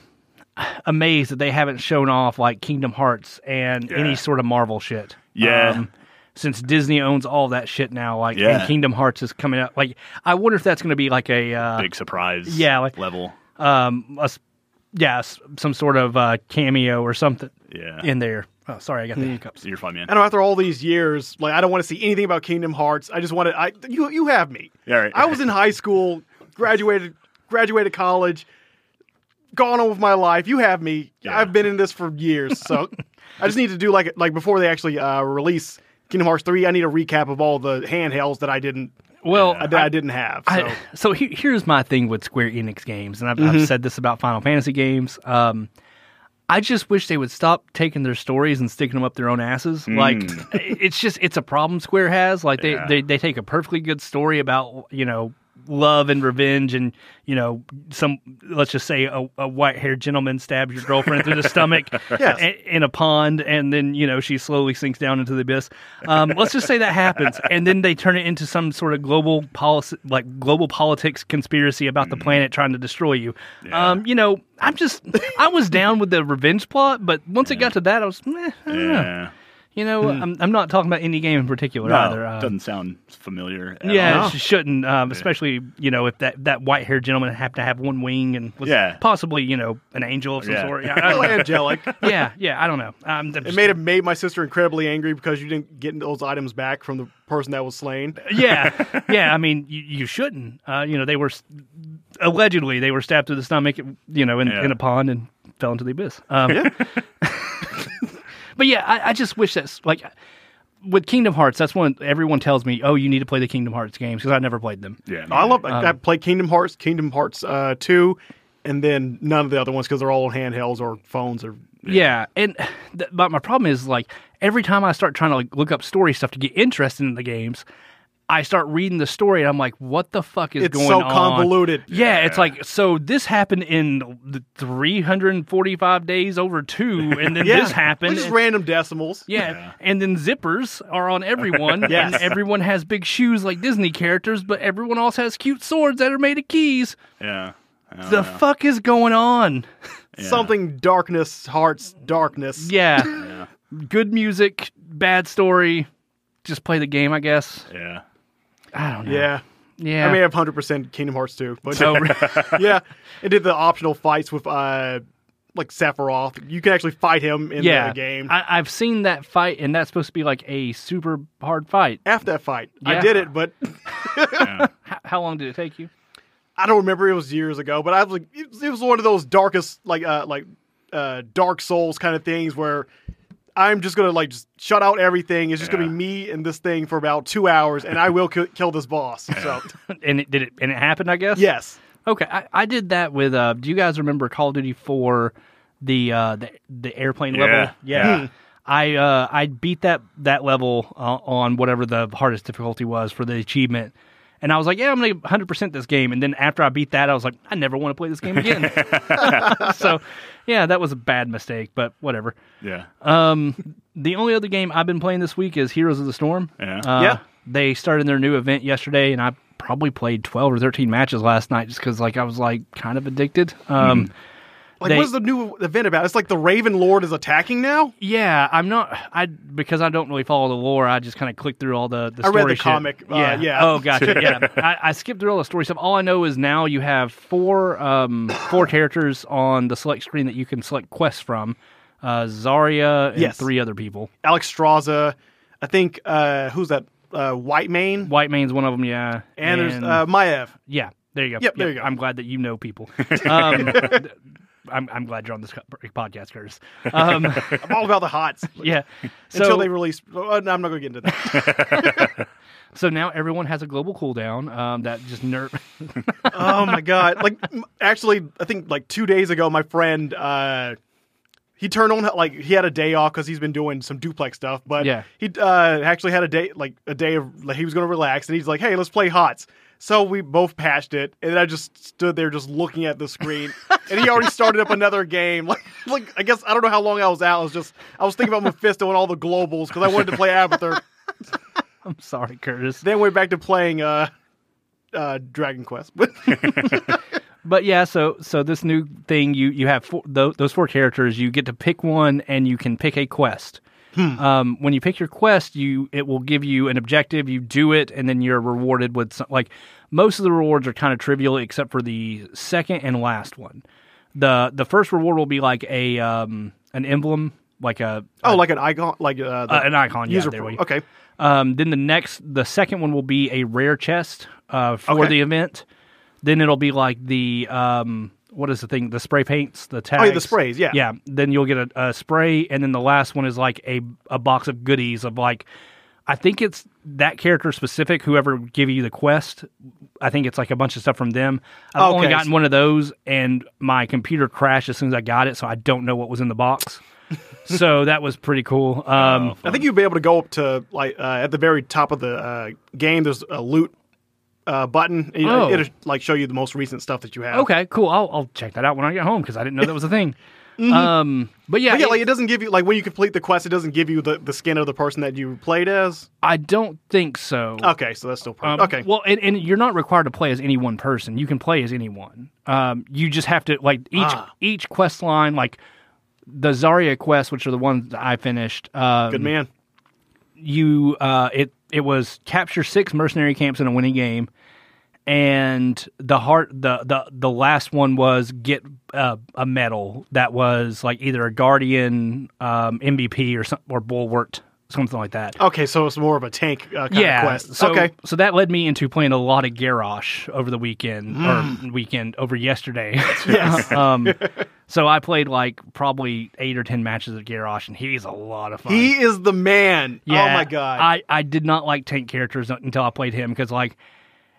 amazed that they haven't shown off like Kingdom Hearts and Yeah. any sort of Marvel shit. Um, Yeah. since Disney owns all that shit now, like Yeah. and Kingdom Hearts is coming out. Like I wonder if that's going to be like a uh, big surprise Yeah, like- level. um, a s yeah, s- some sort of uh, cameo or something Yeah. in there. Oh, sorry, I got the hiccups. You're fine, man. I know after all these years, like I don't want to see anything about Kingdom Hearts. I just want to. I you you have me. Yeah, right. I was in high school, graduated graduated college, gone on with my life. You have me. Yeah. I've been in this for years, so I just need to do like like before they actually uh, release Kingdom Hearts three. I need a recap of all the handhelds that I didn't Well, that I, didn't have. So. Mm-hmm. I, so he, here's my thing with Square Enix games, and I've, I've said this about Final Fantasy games. Um, I just wish they would stop taking their stories and sticking them up their own asses. Mm. Like it's just it's a problem Square has. Like they, Yeah. they they take a perfectly good story about you know love and revenge and you know some let's just say a, a white-haired gentleman stabs your girlfriend through the stomach Yes. in, in a pond and then you know she slowly sinks down into the abyss um, let's just say that happens and then they turn it into some sort of global policy like global politics conspiracy about Mm. the planet trying to destroy you um, you know i'm just i was down with the revenge plot but once it got to that i was meh, I don't know. yeah. Mm. you know I'm, I'm not talking about any game in particular No, either uh, doesn't sound familiar. At yeah, all. it sh- shouldn't. Um, Especially you know if that, that white haired gentleman happened to have one wing and was Yeah. possibly you know an angel of some Yeah. sort. Yeah, I a little don't know. angelic. yeah, yeah, I don't know. Um, I'm It just- made it made my sister incredibly angry because you didn't get those items back from the person that was slain. Uh, yeah, yeah. I mean, you, you shouldn't. Uh, you know, they were s- allegedly they were stabbed through the stomach. You know, in, Yeah. in a pond and fell into the abyss. Um, but yeah, I, I just wish that's like with Kingdom Hearts. That's one everyone tells me. Oh, you need to play the Kingdom Hearts games because I never played them. yeah. I love. I um, I played Kingdom Hearts, Kingdom Hearts uh, two, and then none of the other ones because they're all on handhelds or phones or. Yeah, and th- but my problem is like every time I start trying to like look up story stuff to get interested in the games, I start reading the story and I'm like, what the fuck is It's going so on? convoluted. Yeah, it's like so this happened in the 345 days over two, and then this happened. It's Just and- random decimals. yeah. and then zippers are on everyone, Yes. and everyone has big shoes like Disney characters, but everyone else has cute swords that are made of keys. Oh, Yeah. I don't The know. fuck is going on? Something darkness, hearts darkness. Yeah. Good music, bad story. Just play the game, I guess. yeah. I don't know. Yeah. Yeah. I may have hundred percent Kingdom Hearts two, but So- yeah, it did the optional fights with uh, like Sephiroth. You can actually fight him in yeah. the game. I, I've seen that fight, and that's supposed to be like a super hard fight. F that fight, Yeah. I did it, but H- how long did it take you? I don't remember. It was years ago, but I was like, it was- it was one of those darkest, like, uh, like, uh, Dark Souls kind of things where I'm just gonna like just shut out everything. It's just gonna be Yeah. me and this thing for about two hours, and I will kill, kill this boss. So and it did it, and it happened, I guess. yes, Okay, I, I did that with. Uh, do you guys remember Call of Duty Four, the uh, the the airplane Yeah. level? Yeah. Hmm. I uh, I beat that that level uh, on whatever the hardest difficulty was for the achievement, and I was like, yeah, I'm gonna 100 percent this game. And then after I beat that, I was like, I never want to play this game again. so, yeah, that was a bad mistake, but whatever. Yeah. Um, the only other game I've been playing this week is Heroes of the Storm. Yeah. Uh, Yeah. They started their new event yesterday, and I probably played twelve or thirteen matches last night just because like I was like kind of addicted. Um, like, They- what is the new event about? It's like the Raven Lord is attacking now. Yeah, I'm not. I because I don't really follow the lore. I just kind of click through all the. the I read story the shit. comic, uh, yeah. yeah. Oh, gotcha. Yeah. I, I skipped through all the story stuff. All I know is now you have four um four characters on the select screen that you can select quests from. Uh, Zarya and Yes. three other people. Alex Straza, I think. Uh, who's that? Uh, White Mane, White Mane's one of them. Yeah. and, there's uh, Maev. Yeah, there you go. Yep, there you go. I'm glad that you know people. Um, th- I'm, I'm glad you're on this co- podcast, Curtis. Um, I'm all about the hots yeah. So, until they release. Oh, no, I'm not gonna get into that. so now everyone has a global cooldown um, that just nerf. oh my god! Like m- actually, I think like two days ago, my friend uh, he turned on like he had a day off because he's been doing some duplex stuff. But Yeah. he uh, actually had a day like a day of like, he was going to relax, and he's like, "Hey, let's play HOTS." So we both patched it, and I just stood there just looking at the screen, and he already started up another game. Like, like I guess I don't know how long I was out. I was just I was thinking about Mephisto and all the globals because I wanted to play Avatar. I'm sorry, Curtis. then went back to playing uh, uh, Dragon Quest. But But yeah, so so this new thing, you you have four, tho- those four characters. You get to pick one, and you can pick a quest. Hmm. Um, when you pick your quest, you it will give you an objective. You do it, and then you're rewarded with some, like most of the rewards are kind of trivial, except for the second and last one. the The first reward will be like a um, an emblem like a Oh, like an icon, like uh, the uh, an icon. user. yeah, there pro- we. okay, Um, then the next, the second one will be a rare chest uh, for Okay. the event. Then it'll be like the um, what is the thing? The spray paints, the tags. Oh, yeah, the sprays, yeah. yeah. Then you'll get a, a spray, and then the last one is like a a box of goodies of like, I think it's that character specific. Whoever give you the quest, I think it's like a bunch of stuff from them. I've only Okay. gotten one of those, and my computer crashed as soon as I got it, so I don't know what was in the box. so that was pretty cool. Um, I think you'd be able to go up to like uh, at the very top of the uh, game. There's a loot uh, button. And, you know, Oh. It'll like show you the most recent stuff that you have. Okay, cool. I'll, I'll check that out when I get home because I didn't know that was a thing. Um, but yeah, Mm-hmm. But yeah, it- like it doesn't give you like when you complete the quest, it doesn't give you the, the skin of the person that you played as. I don't think so. Okay, so that's still pretty. Um, Oh, okay. Well, and, and you're not required to play as any one person. You can play as anyone. Um, you just have to like each Ah. each quest line, like the Zarya quest, which are the ones that I finished. Um, Good man. you uh, it it was capture six mercenary camps in a winning game, and the heart the the the last one was get uh, a medal that was like either a guardian um, MVP or some, or bulwarked something like that. Okay, so it's more of a tank uh, kind yeah. of Oh, quest. So, okay. So that led me into playing a lot of Garrosh over the weekend or weekend over yesterday. Mm. Yes. um, so I played like probably eight or ten matches of Garrosh, and he's a lot of fun. He is the man. Yeah, oh my god. I, I did not like tank characters until I played him because like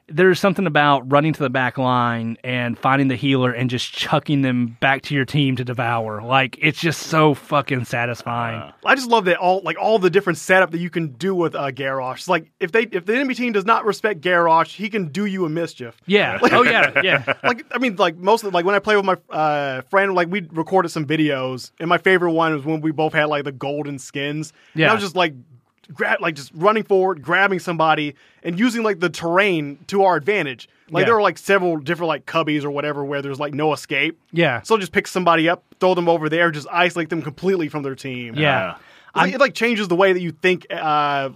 there's something about running to the back line and finding the healer and just chucking them back to your team to devour. Like it's just so fucking satisfying. I just love that all like all the different setup that you can do with uh, Garrosh. It's Like if they if the enemy team does not respect Garrosh, he can do you a mischief. yeah. oh yeah. Yeah. Like I mean, like mostly like when I play with my uh, friend, like we recorded some videos, and my favorite one was when we both had like the golden skins. and Yeah. I was just like. Grab, like just running forward, grabbing somebody, and using like the terrain to our advantage. Like Yeah. there were like several different like cubbies or whatever where there's like no escape. Yeah. So just pick somebody up, throw them over there, just isolate them completely from their team. yeah. Uh, It's like- it like changes the way that you think. Uh,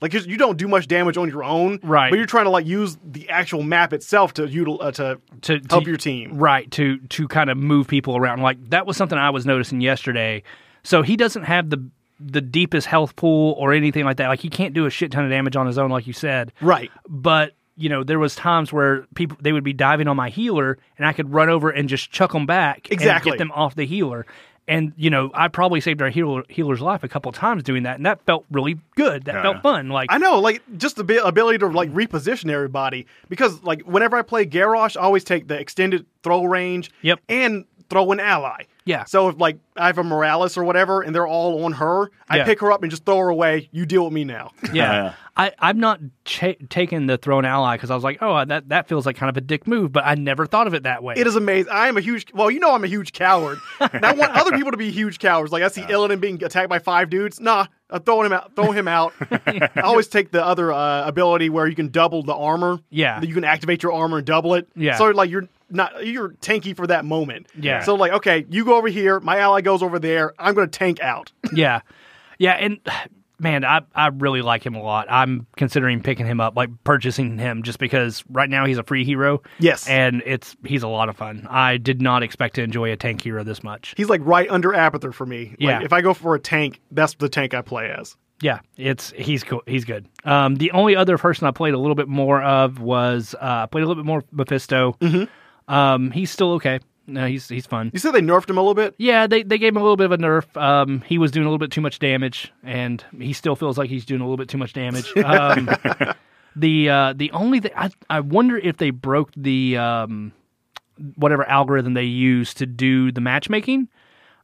like 'cause you don't do much damage on your own, Right. But you're trying to like use the actual map itself to util- uh, to To, to help your team. Right, to to kind of move people around. Like that was something I was noticing yesterday. So he doesn't have the the deepest health pool or anything like that. Like he can't do a shit ton of damage on his own, like you said. Right. But you know, there was times where people they would be diving on my healer, and I could run over and just chuck them back Exactly. and get them off the healer. And you know, I probably saved our healer, healer's life a couple times doing that, and that felt really good. That felt fun. Like I know, like just the abi- ability to like reposition everybody because like whenever I play Garrosh, I always take the extended throw range. Yep. And throw an ally. Yeah. So if like I have a Morales or whatever, and they're all on her, I Yeah. pick her up and just throw her away. You deal with me now. Yeah, I I've not cha taken the thrown ally because I was like, oh, that that feels like kind of a dick move, but I never thought of it that way. It is amazing. I am a huge. Well, you know I'm a huge coward, and I want other people to be huge cowards. Like I see Illidan being attacked by five dudes. Nah, I'm throwing him out. Throw him out. I always take the other uh, ability where you can double the armor. Yeah. That you can activate your armor and double it. Yeah. So like you're not you're tanky for that moment. Yeah. So like okay, you go over here, my ally goes over there. I'm gonna tank out. yeah, yeah, and man, I I really like him a lot. I'm considering picking him up, like purchasing him, just because right now he's a free hero. Yes. and it's he's a lot of fun. I did not expect to enjoy a tank hero this much. He's like right under Apather for me. Yeah. Like if I go for a tank, that's the tank I play as. Yeah, it's he's cool. He's good. Um, the only other person I played a little bit more of was uh, I played a little bit more Mephisto. Mm-hmm. Um, he's still okay. No, he's he's fun. You said they nerfed him a little bit. Yeah, they, they gave him a little bit of a nerf. Um, he was doing a little bit too much damage, and he still feels like he's doing a little bit too much damage. Um, the uh, the only thing I I wonder if they broke the um, whatever algorithm they use to do the matchmaking,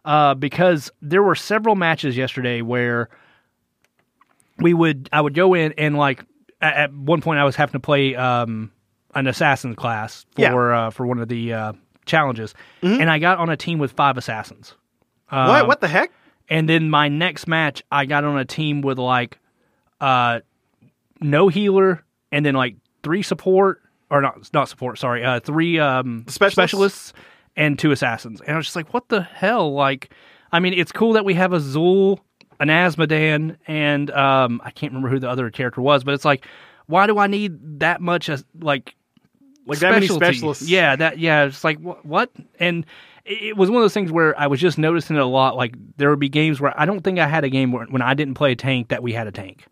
uh, because there were several matches yesterday where we would I would go in and like at, at one point I was having to play um, an assassin class for Yeah. uh, for one of the uh, challenges, and I got on a team with five assassins. Uh, what? What the heck? And then my next match, I got on a team with like uh no healer and then like three support or not not support, sorry, uh three um Specialists? specialists and two assassins. And I was just like, what the hell? Like I mean, it's cool that we have a Zul, an Asmodan, and um I can't remember who the other character was, but it's like why do I need that much as like Like that many specialty. specialists. Yeah, that yeah. It's like wh- what? And it it was one of those things where I was just noticing it a lot. Like there would be games where I don't think I had a game where, when I didn't play a tank that we had a tank.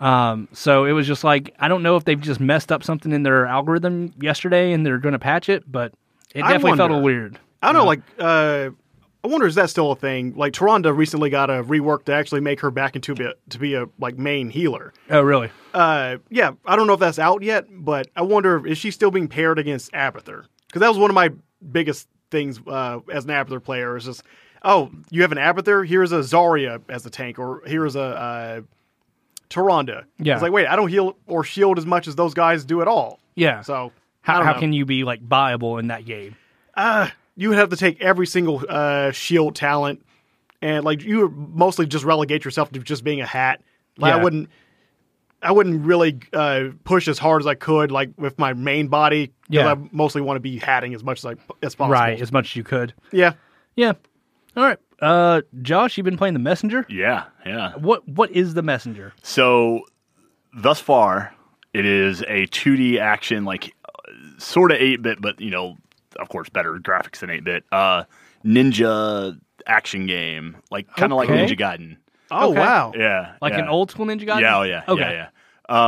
Um, so it was just like I don't know if they've just messed up something in their algorithm yesterday and they're going to patch it, but it I definitely felt a wonder. weird. I don't know, like, uh, I wonder is that still a thing? Like, Toronda recently got a rework to actually make her back into be, to be a like main healer. Oh, really? Uh, yeah, I don't know if that's out yet, but I wonder if is she still being paired against Abather? Because that was one of my biggest things uh, as an Abather player is just, oh, you have an Abather. Here's a Zarya as a tank, or here's a uh, Toronda. Yeah. it's like wait, I don't heal or shield as much as those guys do at all. Yeah. So I how don't how know. can you be like viable in that game? you would have to take every single uh, shield talent, and like you would mostly just relegate yourself to just being a hat. Like Yeah. I wouldn't, I wouldn't really uh, push as hard as I could, like with my main body, 'cause Yeah. I mostly want to be hatting as much as I, as possible. Right, as much as you could. Yeah. Yeah. All right. Uh, Josh, you've been playing the messenger. Yeah, yeah. What What is the messenger? So, thus far, it is a 2D action, like sort of 8 bit, but you know, of course, better graphics than 8 bit. Uh, ninja action game, like kind of Okay. like Ninja Gaiden. Oh Okay. wow. Yeah, Like yeah. an old school ninja guy? Yeah, oh yeah, Okay. yeah, yeah.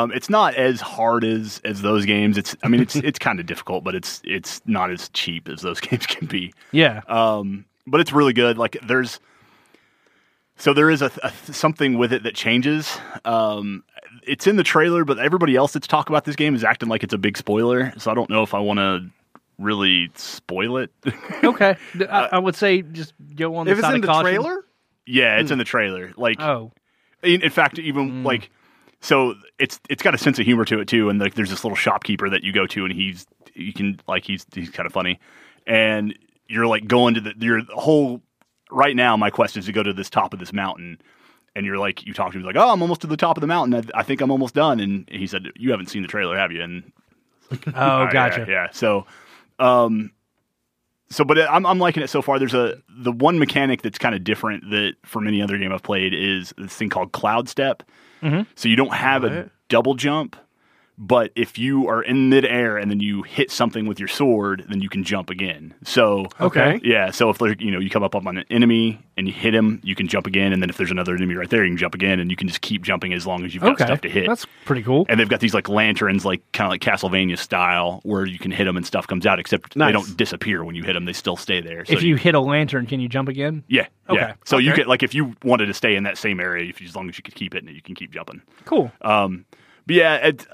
Um, it's not as hard as as those games. It's, I mean, it's it's kind of difficult, but it's it's not as cheap as those games can be. Yeah. Um, but it's really good. Like there's, so there is a, a something with it that changes. Um, it's in the trailer, but everybody else that's talk about this game is acting like it's a big spoiler. So I don't know if I want to really spoil it. okay. Th- uh, I, I would say just go on the If it's side in of the caution. trailer, yeah, it's in the trailer. Like Hmm. Oh. in, in fact, even like so, it's it's got a sense of humor to it too. And like, there's this little shopkeeper that you go to, and he's you can like he's he's kind of funny, and you're like going to the your whole. Right now, my quest is to go to this top of this mountain, and you're like you talk to him like, oh, I'm almost to the top of the mountain. I, I think I'm almost done. And he said, you haven't seen the trailer, have you? And Oh, yeah, gotcha. Yeah, So, um, so but I'm I'm liking it so far. There's a the one mechanic that's kind of different that from any other game I've played is this thing called cloud step. Mhm. So you don't have a What? double jump, but if you are in midair and then you hit something with your sword, then you can jump again. So Okay. yeah, so if like, you know you come up on an enemy and you hit him, you can jump again, and then if there's another enemy right there, you can jump again, and you can just keep jumping as long as you've got Okay. stuff to hit That's pretty cool. and they've got these like lanterns, like kind of like Castlevania style, where you can hit them and stuff comes out. Except they Nice. don't disappear when you hit them; they still stay there. So if you hit a lantern, can you jump again? yeah, Okay. yeah. So you Okay. could like if you wanted to stay in that same area, if you, as long as you could keep it, and you can keep jumping. Cool. Um, but yeah, it,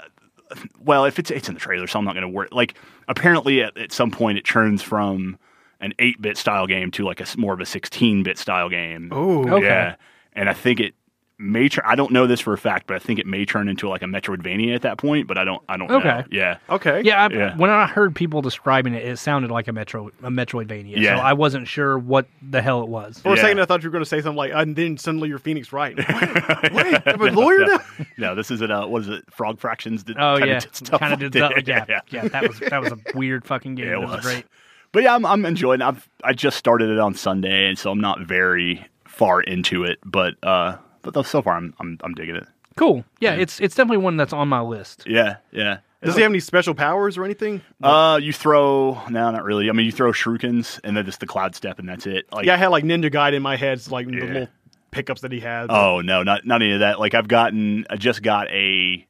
well, if it's it's in the trailer, so I'm not going to worry. Like apparently, at, at some point, it turns from an 8-bit style game to like a s- more of a 16-bit style game. Ooh. Okay. yeah. And I think it may turn. I don't know this for a fact, but I think it may turn into like a Metroidvania at that point. But I don't. I don't Okay. know. Yeah. okay. Yeah, I, Yeah. When I heard people describing it, it sounded like a Metro, a Metroidvania. Yeah. So I wasn't sure what the hell it was. For a Yeah. second, I thought you were going to say something like, and then suddenly you're Phoenix Wright. Wait, wait, I'm a lawyer No, now. no, this is it. Uh, what is it? Frog fractions. Did, Oh kinda yeah, did stuff kind of like did that. Yeah, yeah. yeah, That was that was a weird fucking game. Yeah, it that was. was. great. But yeah, I'm, I'm enjoying. it. I've I just started it on Sunday, and so I'm not very far into it. But uh, but though, so far I'm I'm I'm digging it. Cool. Yeah, it's it's definitely one that's on my list. Yeah, yeah. Does he have any special powers or anything? Uh, you throw no, not really. I mean, you throw shurikens, and then just the cloud step, and that's it. Like, Yeah, I had like Ninja Guide in my head, so, like the Yeah. little pickups that he had. oh no, not not any of that. Like, I've gotten, I just got a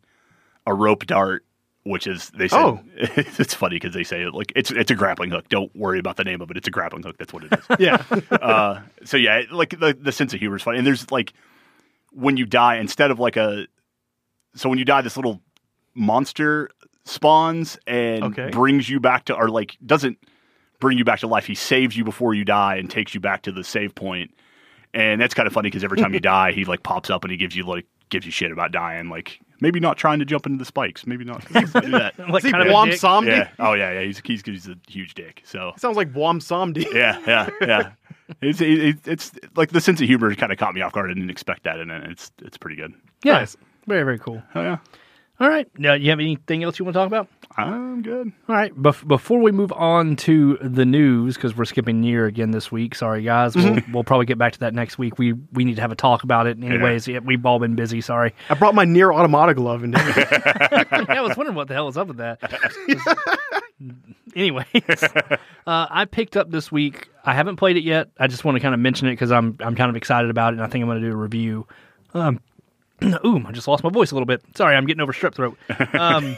a rope dart, which is they said Oh. it's funny because they say like it's it's a grappling hook. Don't worry about the name of it. It's a grappling hook. That's what it is. yeah. uh, so yeah, it- like the the sense of humor is funny. And there's like when you die, instead of like a so when you die, this little monster spawns and Okay. brings you back to or like doesn't bring you back to life. He saves you before you die and takes you back to the save point. And that's kind of funny because every time you die, he like pops up and he gives you like gives you shit about dying. Like maybe not trying to jump into the spikes. Maybe not do that. Like Is he kind of a Wam dick. Samdi? yeah. Oh yeah. Yeah. He's, he's he's a huge dick. So Sounds like Wam Samdi. yeah, yeah, yeah. It's it, it- it's like the sense of humor kind of caught me off guard. I didn't expect that, and it's it's pretty good. Yeah, Nice. very very cool. Oh yeah, All right. Now, you have anything else you want to talk about? I'm good. All right. Bef- before we move on to the news, because we're skipping year again this week. Sorry, guys. We'll, we'll probably get back to that next week. We we need to have a talk about it. Anyways, Mm-hmm. yeah, we've all been busy. Sorry. I brought my near automata glove in there. I was wondering what the hell was up with that. Anyways, uh, I picked up this week. I haven't played it yet. I just want to kind of mention it because I'm I'm kind of excited about it, and I think I'm going to do a review. Um, ooh, I just lost my voice a little bit. Sorry, I'm getting over strep throat. Um,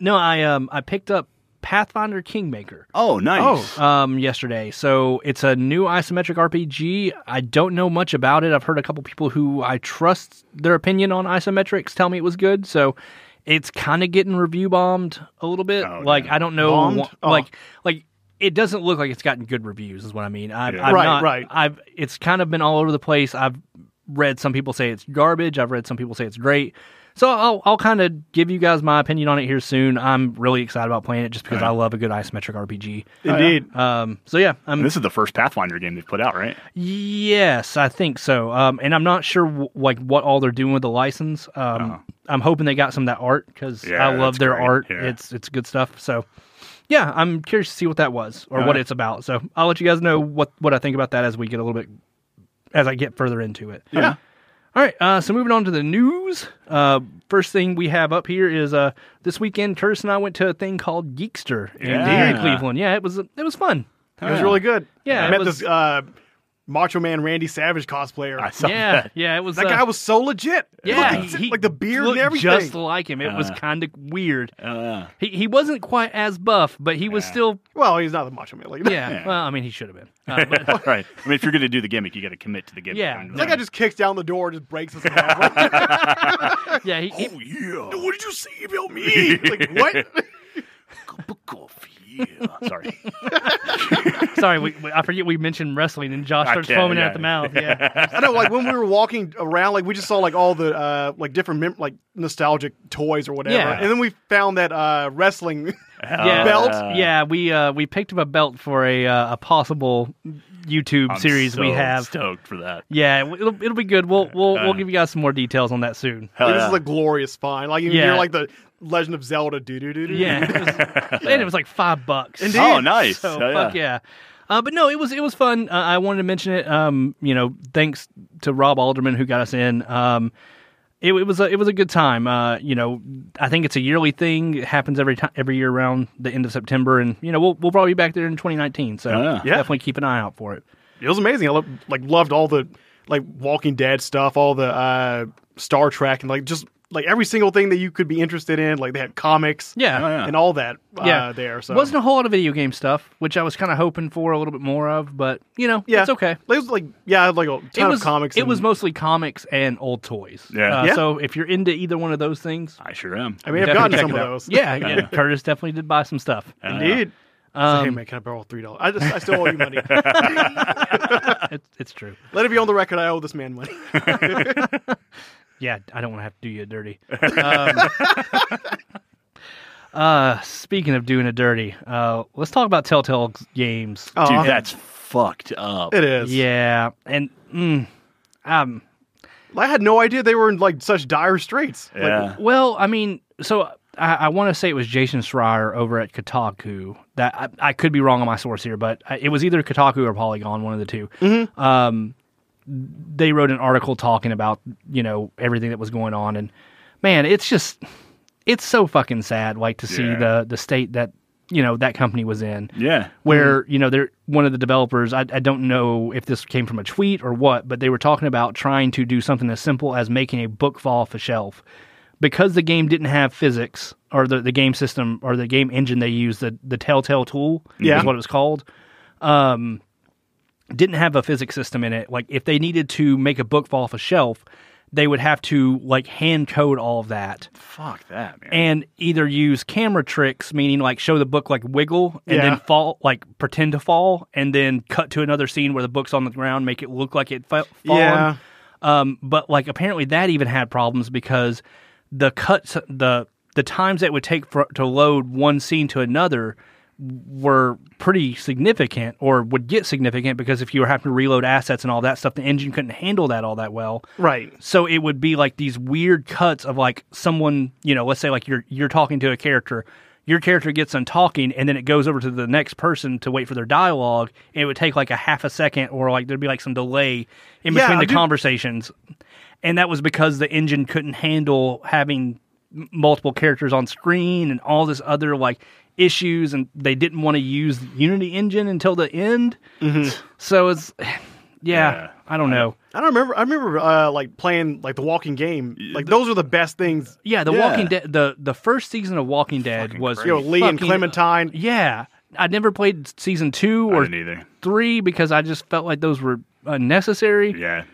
no, I um I picked up Pathfinder Kingmaker Oh, nice. um, yesterday. So it's a new isometric RPG. I don't know much about it. I've heard a couple people who I trust their opinion on isometrics tell me it was good. So it's kind of getting review bombed a little bit. Oh, like yeah. Oh. I don't know, Bombed? wh- like like it doesn't look like it's gotten good reviews. Is what I mean. I, Yeah. I've Right, not- right. I've it's kind of been all over the place. I've read some people say it's garbage. I've read some people say it's great. So I'll I'll kind of give you guys my opinion on it here soon. I'm really excited about playing it just because I love a good isometric RPG. Indeed. Um, so yeah, I'm This is the first Pathfinder game they've put out, right? yes, I think so. Um, and I'm not sure w- like what all they're doing with the license. Um, I'm hoping they got some of that art because Uh-huh. Yeah, I love that's their great. art. Yeah. It's it's good stuff. So yeah, I'm curious to see what that was or what right. it's about. So I'll let you guys know what what I think about that as we get a little bit as I get further into it. Yeah. All right, uh, so moving on to the news. Uh, first thing we have up here is uh, this weekend, Curtis and I went to a thing called Geekster in Yeah. in Cleveland. Yeah, it was it was fun. It was really good. Yeah, I it met was- this uh, Macho Man Randy Savage cosplayer. I saw yeah, that. yeah, it was. that uh, guy was so legit. Yeah, Look, like the beard and looked everything. just like him. It was Uh-huh. kind of weird. Uh, He he wasn't quite as buff, but he was still well, he's not the Macho Man. Like, yeah. Yeah. Well, I mean, he should have been. Uh, but, all right. I mean, if you're going to do the gimmick, you got to commit to the gimmick. Yeah. I mean, It's That guy just kicks down the door, and just breaks his. head. yeah, he, he- oh, yeah. what did you say about me? like what? Cup of coffee, yeah. Sorry. sorry, we, we- I forget we mentioned wrestling, and Josh I starts can't, foaming yeah. at the mouth. Yeah, I know, like when we were walking around, like we just saw like all the uh like different mem- like nostalgic toys or whatever, Yeah. and then we found that uh wrestling. yeah, Belt? Yeah, we uh, we picked up a belt for a uh, a possible YouTube I'm series we so Uh-huh. have. Stoked for that. Yeah, it'll, it'll be good. We'll we'll we'll give you guys some more details on that soon. Hell this yeah. is a glorious find. Like you Yeah. hear like the Legend of Zelda. Do do do do. Yeah, it was, and it was like five bucks. Indeed. Oh, nice. So Oh, fuck yeah. Uh, but no, it was it was fun. Uh, I wanted to mention it. Um, you know, thanks to Rob Alderman who got us in. Um, it, it was a it was a good time. Uh, you know, I think it's a yearly thing. It happens every time every year around the end of September, and you know we'll we'll probably be back there in 2019. So Yeah. Yeah. definitely keep an eye out for it. it was amazing. I lo- like loved all the like Walking Dead stuff, all the uh Star Trek, and like just like every single thing that you could be interested in. Like they had comics, Yeah. Oh, yeah. and all that. Yeah, uh, there. So wasn't a whole lot of video game stuff, which I was kind of hoping for a little bit more of. But you know, yeah, it's okay. It was like yeah, like a ton it was of comics. It and- was mostly comics and old toys. Yeah. Uh, Yeah. So if you're into either one of those things, I sure am. I mean, I've definitely gotten check some it of out. those. Yeah, yeah. Curtis definitely did buy some stuff. Indeed. So, hey Um, man, can I borrow three dollars? I just I still owe you money. It's, it's true. Let it be on the record. I owe this man money. Yeah, I don't want to have to do you dirty. Um, uh, speaking of doing a dirty, uh, let's talk about Telltale games. Oh, Dude, that's fucked up. it is. yeah, and mm, um, I had no idea they were in like such dire straits. Like, Yeah. Well, I mean, so I, I want to say it was Jason Schreier over at Kotaku. That I, I could be wrong on my source here, but I- it was either Kotaku or Polygon, one of the 2 Mm-hmm. Um, they wrote an article talking about you know everything that was going on, and man, it's just it's so fucking sad. Like to see Yeah. the the state that you know that company was in Yeah. where you know they're one of the developers I, I don't know if this came from a tweet or what but they were talking about trying to do something as simple as making a book fall off a shelf because the game didn't have physics or the, the game system or the game engine they used the, the telltale tool Yeah. is what it was called um, didn't have a physics system in it like if they needed to make a book fall off a shelf they would have to like hand code all of that Fuck that, man. and either use camera tricks, meaning like show the book like wiggle and Yeah. then fall, like pretend to fall, and then cut to another scene where the book's on the ground, make it look like it fell. Yeah. Um, but like apparently that even had problems because the cuts, the the times that would take for, to load one scene to another were pretty significant or would get significant because if you were having to reload assets and all that stuff, the engine couldn't handle that all that well. Right. So it would be like these weird cuts of like someone, you know, let's say like you're you're talking to a character, your character gets on talking, and then it goes over to the next person to wait for their dialogue. And it would take like a half a second, or like there'd be like some delay in Yeah, between the dude. conversations, and that was because the engine couldn't handle having m- multiple characters on screen and all this other like issues and they didn't want to use the unity engine until the end so it's yeah, Yeah. i don't know I don't remember. I remember uh, like playing like the Walking Game. Like those are the best things. Yeah, the Yeah. Walking Dead. The the first season of Walking Dead was crazy. You know, Lee and fucking- Clementine. Yeah, I never played season two I or didn't either. three because I just felt like those were unnecessary. Yeah.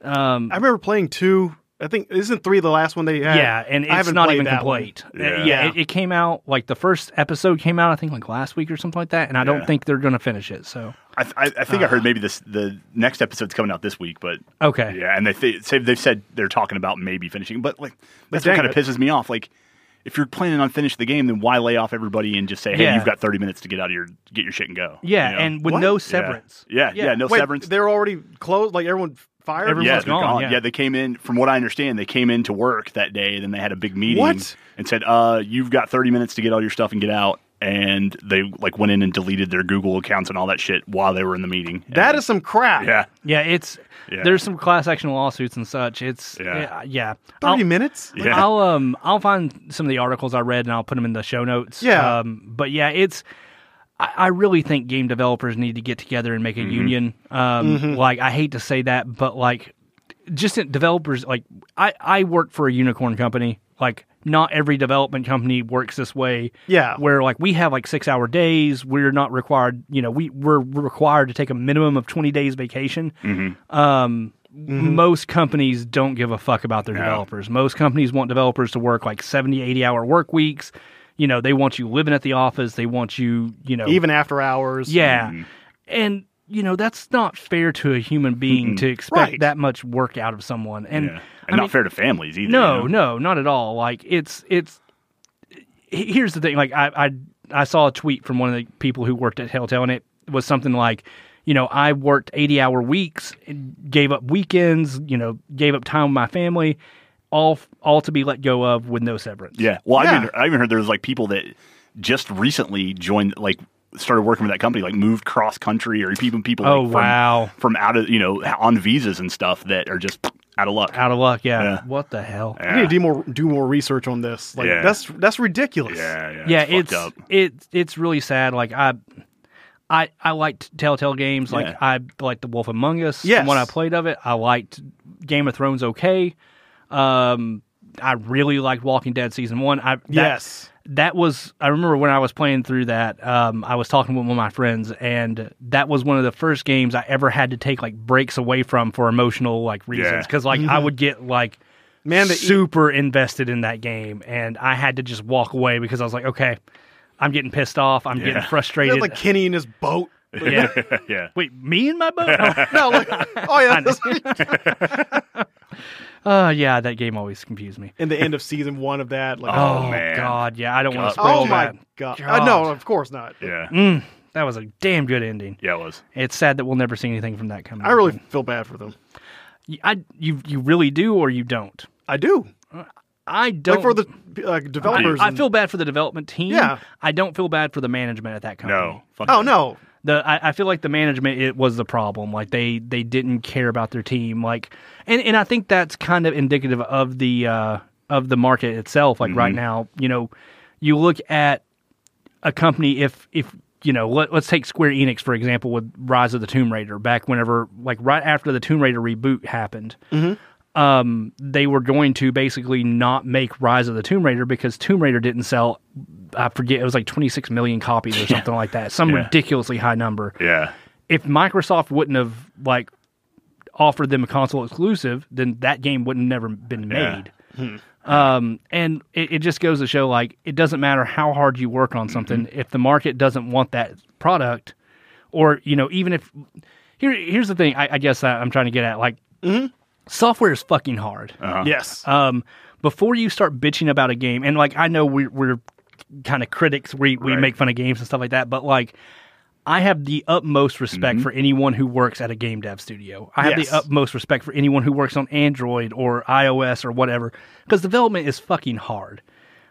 Um, I remember playing two. I think isn't three the last one they had. yeah, and I it's haven't not played even that one. complete. Uh, Yeah. Yeah, it, it came out like the first episode came out I think like last week or something like that, and I Yeah. don't think they're gonna finish it. So I, I, I think I Uh. heard maybe this the next episode's coming out this week, but okay, yeah, and they th- say they've said they're talking about maybe finishing, but like that's Dang what kind of it. pisses me off. Like if you're planning on finishing the game, then why lay off everybody and just say, hey, Yeah. you've got 30 minutes to get out of your get your shit and go. Yeah, you know? and with What? no Yeah. severance. yeah, yeah, Yeah. no Wait, severance. They're already closed. Like everyone fired. Everyone- Yeah, Everyone's they're gone, gone. yeah. Yeah, they came in. From what I understand, they came into work that day, and then they had a big meeting What? and said, "Uh, you've got 30 minutes to get all your stuff and get out." And they like went in and deleted their Google accounts and all that shit while they were in the meeting. That is some crap. yeah, Yeah, it's Yeah. there's some class action lawsuits and such. It's Yeah. yeah, yeah. 30 I'll- minutes? yeah. I'll um I'll find some of the articles I read and I'll put them in the show notes. Yeah. Um, but yeah, it's I, I really think game developers need to get together and make Mm-hmm. a union. Um, like I hate to say that, but like just in developers like I I work for a unicorn company. Like not every development company works this way. Yeah. Where like we have like 6-hour days, we're not required, you know, we we're required to take a minimum of 20 days vacation. Mm-hmm. Um Mm-hmm. most companies don't give a fuck about their developers. Most companies want developers to work like 70, 80 hour work weeks. You know, they want you living at the office. They want you, you know, Even after hours. yeah. Mm-hmm. And, you know, that's not fair to a human being to expect Right. that much work out of someone. And, yeah. and I not mean, fair to families either. no, you no, know? not at all. Like it's, it's, he- here's the thing. Like I, I, I saw a tweet from one of the people who worked at Telltale and it was something like, you know, I worked 80 hour weeks, gave up weekends, you know, gave up time with my family, all, all to be let go of with no severance. Yeah. Well, I, Yeah. even, I even heard there was like people that just recently joined, like started working with that company, like moved cross country, or even people. Oh, like, from, wow. From out of you know on visas and stuff that are just out of luck. Out of luck. Yeah. Yeah. What the hell? yeah. I need to do more do more research on this. Like Yeah. that's that's ridiculous. yeah, yeah, yeah, it's, it's fucked up. it's it's really sad. Like I, I I liked Telltale games. Like Yeah. I liked The Wolf Among Us. Yes. when I played of it, I liked Game of Thrones. Okay, um, I really liked Walking Dead season one. I that, Yes. that was I remember when I was playing through that. Um, I was talking with one of my friends, and that was one of the first games I ever had to take like breaks away from for emotional like Yeah. reasons because like I would get like Mm-hmm. Man, the e- super invested in that game, and I had to just walk away because I was like, okay, I'm getting pissed off, I'm Yeah. getting They had, frustrated. like Kenny in his boat. yeah. yeah. Wait, me and my boat? Oh, No, like, oh yeah. that's- uh, yeah, that game always confused me. in the end of season one of that, like Oh, Oh, man. God, yeah, I don't want to God. spoil oh my that. god. Uh, no, God. of course not. Yeah. Mm, that was a damn good ending. Yeah, it was. It's sad that we'll never see anything from that coming. I really feel bad for them. Y- I you you really do or you don't. I do. I don't. Like for the uh, developers. I, I and- feel bad for the development team. Yeah. I don't feel bad for the management at that company. No. Fuck Oh that. no. the I, I feel like the management it was the problem. Like they they didn't care about their team. Like and and I think that's kind of indicative of the uh, of the market itself. Like Mm-hmm. right now, you know, you look at a company if if you know let, let's take Square Enix for example with Rise of the Tomb Raider back whenever like right after the Tomb Raider reboot happened. Um, they were going to basically not make Rise of the Tomb Raider because Tomb Raider didn't sell. I forget it was like 26 million copies or something like that, some Yeah. ridiculously high number Yeah. if Microsoft wouldn't have like offered them a console exclusive, then that game wouldn't have never been Yeah. Hmm. made. Um, and it, it just goes to show like it doesn't matter how hard you work on something Mm-hmm. if the market doesn't want that product, or you know even if here here's the thing I, I guess I, I'm trying to get at like software is fucking hard Mm-hmm. Uh-huh. uh, Yes. um, before you start bitching about a game, and like I know we're, we're kind of critics. We we Right. make fun of games and stuff like that, but like. I have the utmost respect for anyone who works at a game dev studio. I have Mm-hmm. Yes. the utmost respect for anyone who works on Android or iOS or whatever, because development is fucking hard.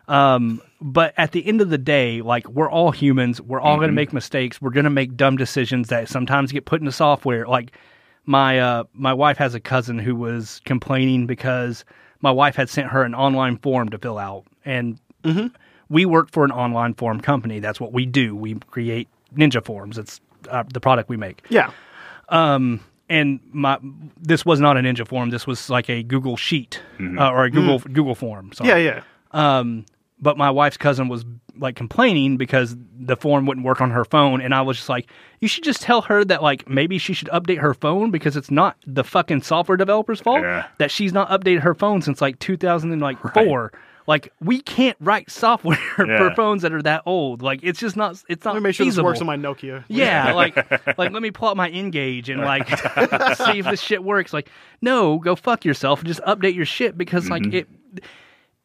Um, but at the end of the day, like we're all humans, we're all Mm-hmm. going to make mistakes. We're going to make dumb decisions that sometimes get put into software. Like my uh, my wife has a cousin who was complaining because my wife had sent her an online form to fill out, and Mm-hmm. we work for an online form company. That's what we do. We create Ninja forms. It's uh, the product we make Yeah. and my this was not a ninja form. This was like a Google sheet uh, or a Google Google form. Sorry. Mm-hmm. Mm. Yeah, yeah. But my wife's cousin was like complaining because the form wouldn't work on her phone, and I was just like, "You should just tell her that like maybe she should update her phone because it's not the fucking software developer's fault Yeah. that she's not updated her phone since like 2004." Like we can't write software Yeah. for phones that are that old. Like it's just not. It's not. Let me make sure this feasible. works on my Nokia. Yeah, like like let me pull out my engage and like see if this shit works. Like, no, go fuck yourself. Just update your shit because like it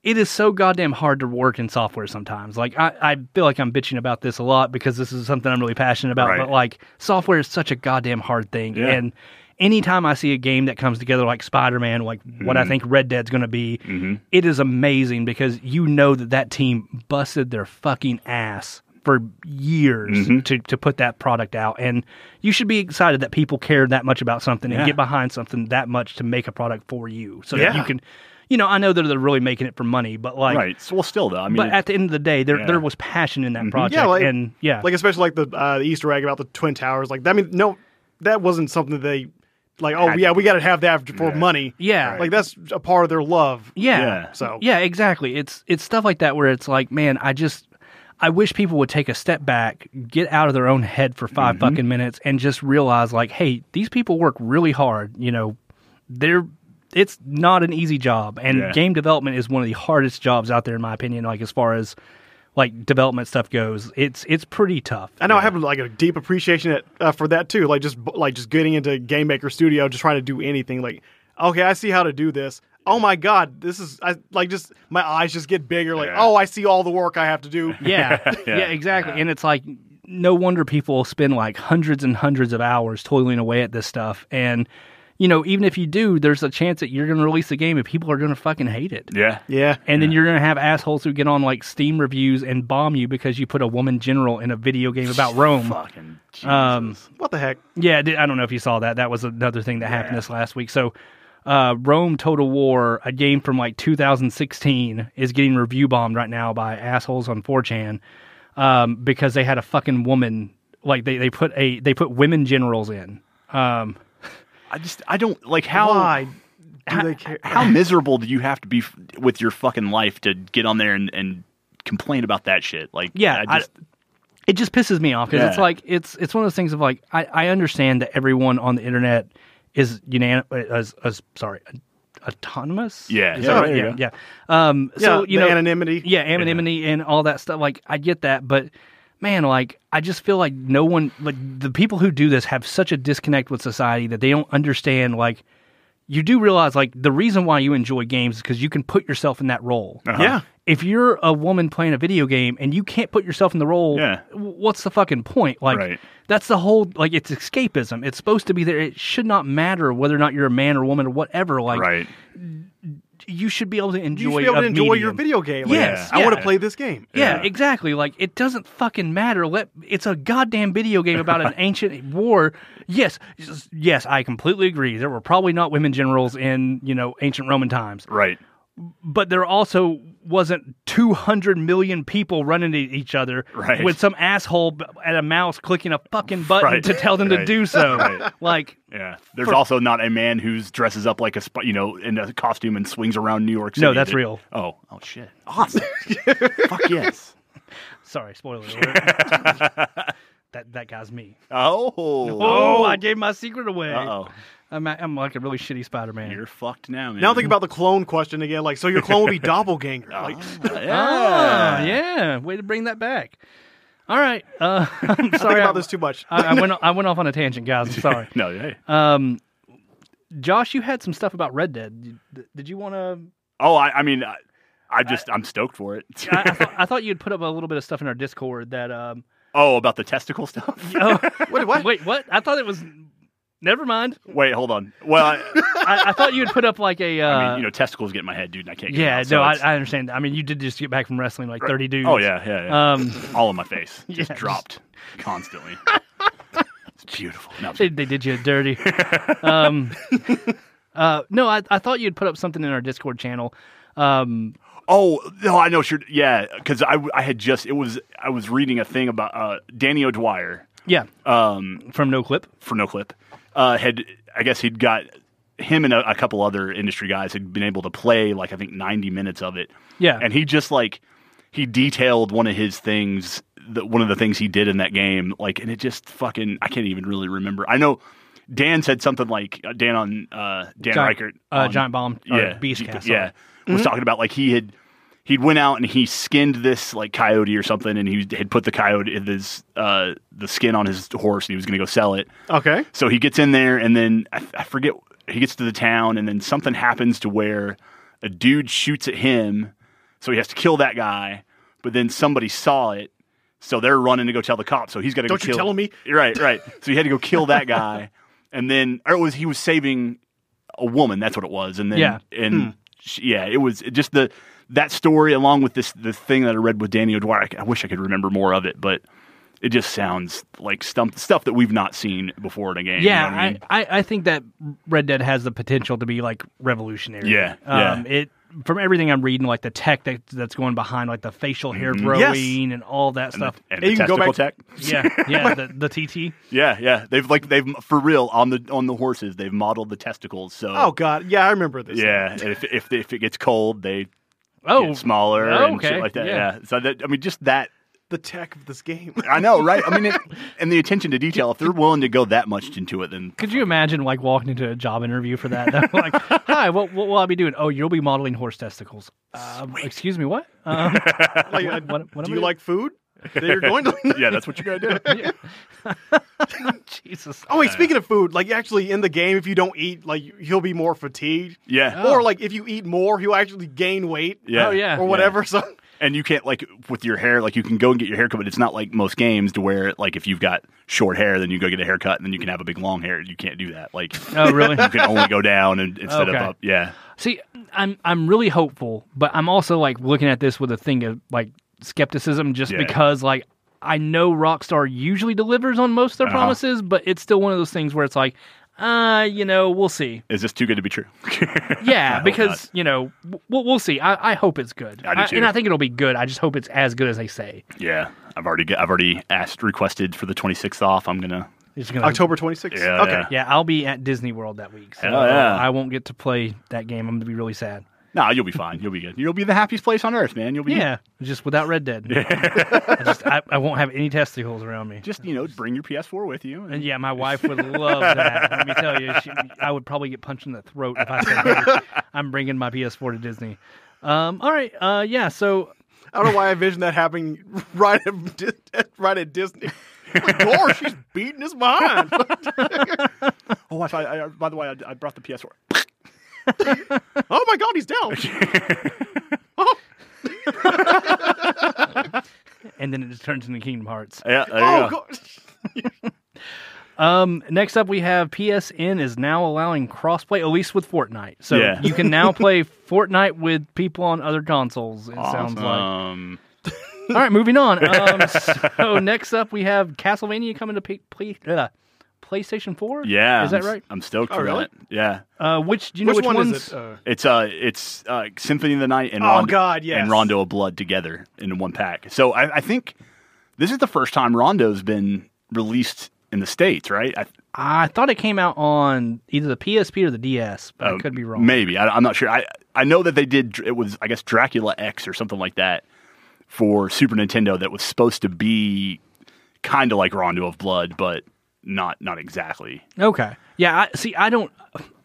it is so goddamn hard to work in software sometimes. Like I, I feel like I'm bitching about this a lot because this is something I'm really passionate about. Right. But like software is such a goddamn hard thing. Yeah. And anytime I see a game that comes together like Spider Man, like what Hmm. I think Red Dead's going to be, Mm-hmm. it is amazing because you know that that team busted their fucking ass for years Mm-hmm. to, to put that product out. And you should be excited that people care that much about something Yeah. and get behind something that much to make a product for you. So that Yeah. you can, you know, I know that they're really making it for money, but like, right. So, well, still though, I mean, but it- at the end of the day, there Yeah. Mm-hmm. there was passion in that project, Yeah, like- and yeah, Like especially like the uh, the Easter egg about the twin towers. Like I mean, no, that wasn't something they like. Oh Had- yeah, we got to have that for money. yeah, Like that's a part of their love. yeah, Yeah. So yeah, exactly. It's it's stuff like that where it's like, man, I just I wish people would take a step back, get out of their own head for 5 fucking minutes, and just realize like, hey, these people work really hard. You know, they're it's not an easy job, and Yeah. game development is one of the hardest jobs out there, in my opinion. Like as far as like development stuff goes, it's it's pretty tough. I know I have like a deep appreciation that, uh, for that too. Like just like just getting into Game Maker Studio, just trying to do anything. Like okay, I see how to do this. Oh my god, this is I like just my eyes just get bigger. Like Yeah. oh, I see all the work I have to do. Yeah, yeah, exactly. And it's like no wonder people spend like hundreds and hundreds of hours toiling away at this stuff. And you know, even if you do, there's a chance that you're going to release a game and people are going to fucking hate it. yeah, Yeah. And then you're going to have assholes who get on like Steam reviews and bomb you because you put a woman general in a video game about Rome. fucking Jesus. Um, What the heck? Yeah, I did- I don't know if you saw that. That was another thing that happened this last week. So, uh, Rome Total War, a game from like 2016, is getting review bombed right now by assholes on 4chan um, because they had a fucking woman. Like they, they put a they put women generals in. Um, I just I don't like how Why do they care? how miserable do you have to be f- with your fucking life to get on there and, and complain about that shit? Like, yeah, I just, I- it just pisses me off because it's Yeah. like it's it's one of those things of like I, I understand that everyone on the internet is unanimous. As, as, sorry, autonomous. yeah, Is yeah, that right, right? yeah, yeah, yeah. Um, so yeah, you the know, anonymity. yeah anonymity and all that stuff like i get that but man like i just feel like no one like the people who do this have such a disconnect with society that they don't understand like you do realize like the reason why you enjoy games is because you can put yourself in that role Yeah. if you're a woman playing a video game and you can't put yourself in the role, Yeah. w- what's the fucking point? Like Right. that's the whole like it's escapism. It's supposed to be there. It should not matter whether or not you're a man or woman or whatever. Like right. you should be able to You enjoy should be able a to enjoy your medium. video game. Like, Yes, I want to yeah. play this game. Yeah, Yeah. exactly. Like it doesn't fucking matter. Let it's a goddamn video game about an ancient war. Yes, s- yes, I completely agree. There were probably not women generals in you know ancient Roman times, Right. but there also wasn't two hundred million people running at each other Right. with some asshole b- at a mouse clicking a fucking button Right. to tell them to Right. do so. Right. Like Yeah. There's also not a man who's dresses up like a sp- you know in a costume and swings around New York City. that's that- real. Oh, oh shit. Awesome. Fuck yes. sorry, spoiler alert. that that guy's me. Oh. Oh, I gave my secret away. Uh-oh. I'm I'm like a really shitty Spider Man. You're fucked now, man. Now think about the clone question again. Like, so your clone will be doppelganger. Like, yeah. Ah, yeah. Way to bring that back. All right. Uh, I'm think sorry. about I, this too much. I, I went. I went off on a tangent, guys. I'm sorry. No. Hey. Um, Josh, you had some stuff about Red Dead. Did- Did you want to? Oh, I, I mean, I, I just I'm stoked for it. I, I, thought, I thought you'd put up a little bit of stuff in our Discord that. Um, oh, about the testicle stuff. oh, What? What? wait, what? I thought it was. Never mind. Wait, hold on. Well, I, I, I thought you would put up like a. Uh, I mean, you know, testicles get in my head, dude, and I can't. Get them yeah, out, so no, I, it's- I understand. that. I mean, you did just get back from wrestling like thirty dudes. oh yeah, yeah, yeah. Um, All in my face, just yeah, dropped constantly. it's beautiful. No, I'm they, just- they did you dirty. um, uh, no, I, I thought you'd put up something in our Discord channel. Um, oh no, I know. Sure, yeah, because I I had just it was I was reading a thing about uh, Danny O'Dwyer yeah, um, from No Clip. for no clip uh, had i guess he'd got him and a, a couple other industry guys had been able to play like i think 90 minutes of it Yeah. and he just like he detailed one of his things that one of the things he did in that game like and it just fucking i can't even really remember i know dan said something like uh, dan on uh dan Giant- reichert uh, on- Giant Bomb, or yeah Beast G- Cast. yeah was talking about like he had he'd went out and he skinned this like coyote or something and he had put the coyote this uh the skin on his horse and he was gonna go sell it Okay. so he gets in there, and then I, I forget he gets to the town, and then something happens to where a dude shoots at him, so he has to kill that guy. But then somebody saw it, so they're running to go tell the cops. So he's got to go Don't you kill. tell me. Right, right. So he had to go kill that guy, and then or it was he was saving a woman. That's what it was. And then Yeah. and Hmm. she- yeah, it was just the that story along with this the thing that I read with Danny O'Dwyer. I c- I, wish I could remember more of it, but it just sounds like stump, stuff that we've not seen before in a game. you Yeah, know what I mean? I, I, I think that Red Dead has the potential to be like revolutionary. Yeah, Um, it from everything I'm reading, like the tech that, that's going behind, like the facial hair growing and all that stuff. Mm-hmm. and And you the can go testicle back- yeah, tech. yeah, the, the TT. Yeah, yeah. They've like they've for real on the on the horses. They've modeled the testicles. So Oh God. Yeah, I remember this. yeah. And if if if it gets cold, they Oh, get smaller and okay, shit like that. yeah. Yeah. So that I mean, just that. The tech of this game. I know, right? I mean, it, and the attention to detail. If they're willing to go that much into it, then could you imagine like walking into a job interview for that? though? like, hi, what, what will I be doing? Oh, you'll be modeling horse testicles. Um, excuse me, what? Um, Like, uh, What- what am do I you doing? like food? That you're going to. yeah, that's what you're gonna do. Jesus. Oh wait, speaking of food, like actually in the game, if you don't eat, like he'll be more fatigued. Yeah, Oh. Or like if you eat more, he'll actually gain weight. yeah, Oh, yeah. Or whatever. So And you can't like with your hair, like you can go and get your haircut, but it's not like most games to where like if you've got short hair, then you go get a haircut, and then you can have a big long hair. You can't do that. Like you Oh, really? can only go down and instead Okay. of up. Yeah, See, I'm I'm really hopeful, but I'm also like looking at this with a thing of like skepticism, just Yeah. because like I know Rockstar usually delivers on most of their Uh-huh. promises, but it's still one of those things where it's like, uh, you know, we'll see. is this too good to be true? Yeah, hope because not. you know, we'll, we'll see. I, I hope it's good, I do too. and I think it'll be good. I just hope it's as good as they say. yeah, I've already got, I've already asked requested for the 26th off. I'm gonna. It's gonna- October 26th. Yeah, okay. yeah. Yeah, I'll be at Disney World that week, so Hell Oh, yeah. uh, I won't get to play that game. I'm gonna be really sad. No, you'll be fine. You'll be good. You'll be the happiest place on earth, man. You'll be Yeah, just without Red Dead, I, just, I, I won't have any testicles around me. Just you know, bring your PS4 with you. And, And yeah, my wife would love that. Let me tell you, she, I would probably get punched in the throat if I said, "Hey, "I'm bringing my PS4 to Disney." Um, all right, uh, yeah. So I don't know why I envisioned that happening right at Dis- right at Disney. Oh Like, Gore, she's beating us behind. Oh, I, I, I- by the way, I, I brought the PS4. oh my God, he's down. and then it just turns into Kingdom Hearts. Yeah, there you Oh go. God. Um, next up, we have PSN is now allowing crossplay, at least with Fortnite. So Yeah. you can now play Fortnite with people on other consoles. It sounds like. Um, All right, moving on. Um, so next up, we have Castlevania coming to P- P- uh, PlayStation Four. yeah, is that I'm s- right? I'm stoked Oh, for really? that. Yeah, Uh, which do you know Which, which one ones? is it? Uh, It's uh, it's uh, Symphony of the Night and Oh, Rondo, God, yes. and Rondo of Blood together in one pack. So I, I think this is the first time Rondo's been released in the states, right? I, I thought it came out on either the PSP or the DS, but I uh, could be wrong. Maybe I, I'm not sure. I I know that they did. It was I guess Dracula X or something like that for Super Nintendo that was supposed to be kind of like Rondo of Blood, but not not exactly. okay. Yeah. I, see, I don't,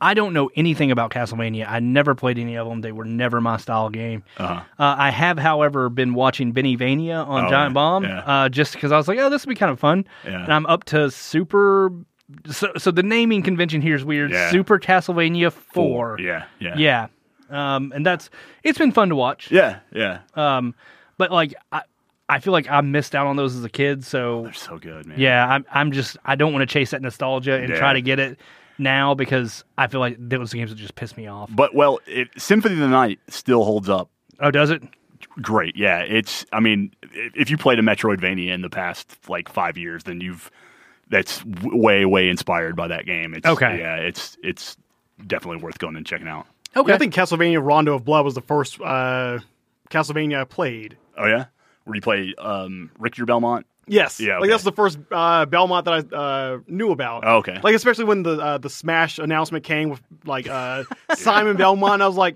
I don't know anything about Castlevania. I never played any of them. They were never my style game. Uh-huh. I have, however, been watching Benny Vania on Oh, Giant Bomb, yeah. uh, just because I was like, oh, this would be kind of fun. Yeah. And I'm up to Super. So, so the naming convention here is weird. Yeah. Super Castlevania Four. Yeah, yeah, Yeah. Um, and that's it's been fun to watch. Yeah, yeah. Um, but like I, I feel like I missed out on those as a kid. So They're so good, man. yeah, I'm I'm just I don't want to chase that nostalgia and Yeah. try to get it now because I feel like those games would just piss me off. But well, it, Symphony of the Night still holds up Oh, does it? great. Yeah, it's. I mean, i- if you played a Metroidvania in the past like five years, then you've that's w- way way inspired by that game. It's, Okay. Yeah, it's it's definitely worth going and checking out. Okay. I think Castlevania Rondo of Blood was the first uh, Castlevania I played. Oh yeah, where you play um, Richter Belmont. Yes. Yeah, okay. Like that's the first uh, Belmont that I uh, knew about. Oh, okay. Like especially when the uh, the Smash announcement came with like uh, Simon Belmont, I was like,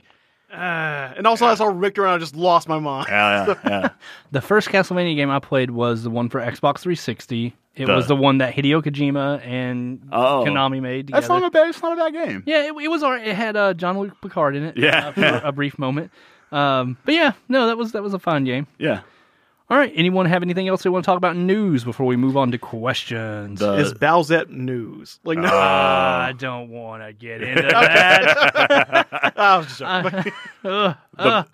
uh, and also I saw Richter and I just lost my mind. Yeah, yeah, yeah. the first Castlevania game I played was the one for Xbox 360. It The- was the one that Hideo Kojima and Oh. Konami made together. That's not a bad. It's not a bad game. Yeah, it, it was alright. It had uh, John Luke Picard in it. Yeah. uh, for a brief moment. Um, but yeah, no, that was that was a fun game. Yeah. All right, anyone have anything else they want to talk about in news before we move on to questions? The- uh, It's Bowsette news. Like no, uh, I don't want to get into that. I was just joking. Ugh. The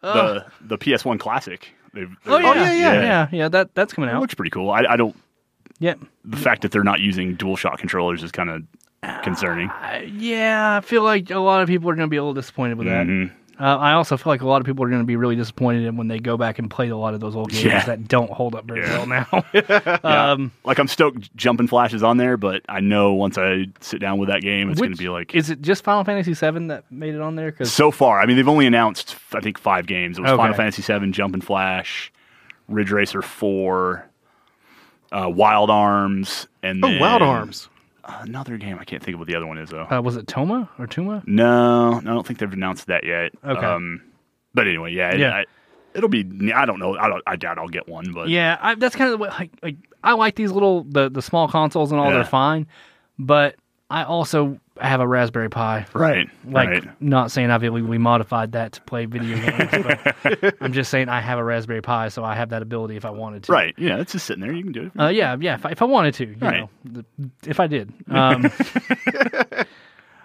the, the PS1 classic. They've, uh. oh yeah, yeah, yeah, yeah. yeah, That that's coming It out. looks pretty cool. I, I don't. Yeah, The fact that they're not using DualShock controllers is kind of concerning. I, Uh, yeah. I feel like a lot of people are going to be a little disappointed with that. Mhm. Uh, I also feel like a lot of people are going to be really disappointed in when they go back and play a lot of those old games Yeah. that don't hold up very Yeah. well now. Yeah. um, like I'm stoked jumping flashes on there, but I know once I sit down with that game, it's going to Which- be like Is it just Final Fantasy VII that made it on there? Because so far. I mean, they've only announced I think five games. It was Okay. Final Fantasy VII, Jumping Flash, Ridge Racer Four, uh, Wild Arms, and Oh, Wild then Arms. Another game I can't think of what the other one is though. uh, was it Toma or Tuma? No, I don't think they've announced that yet. Okay. Um, but anyway, yeah, Yeah. yeah. I, it'll be. I don't know. I don't. I doubt I'll get one. But Yeah, I, that's kind of the way. Like, like I like these little the the small consoles and all. Yeah. They're fine, but I also have a Raspberry Pi. right, Like, right. not saying I've illegally modified that to play video games, but I'm just saying I have a Raspberry Pi, so I have that ability if I wanted to. Right. Yeah, it's just sitting there. You can do it. Uh, yeah, yeah. If I, if I wanted to, you Right. know, th- if I did. Um,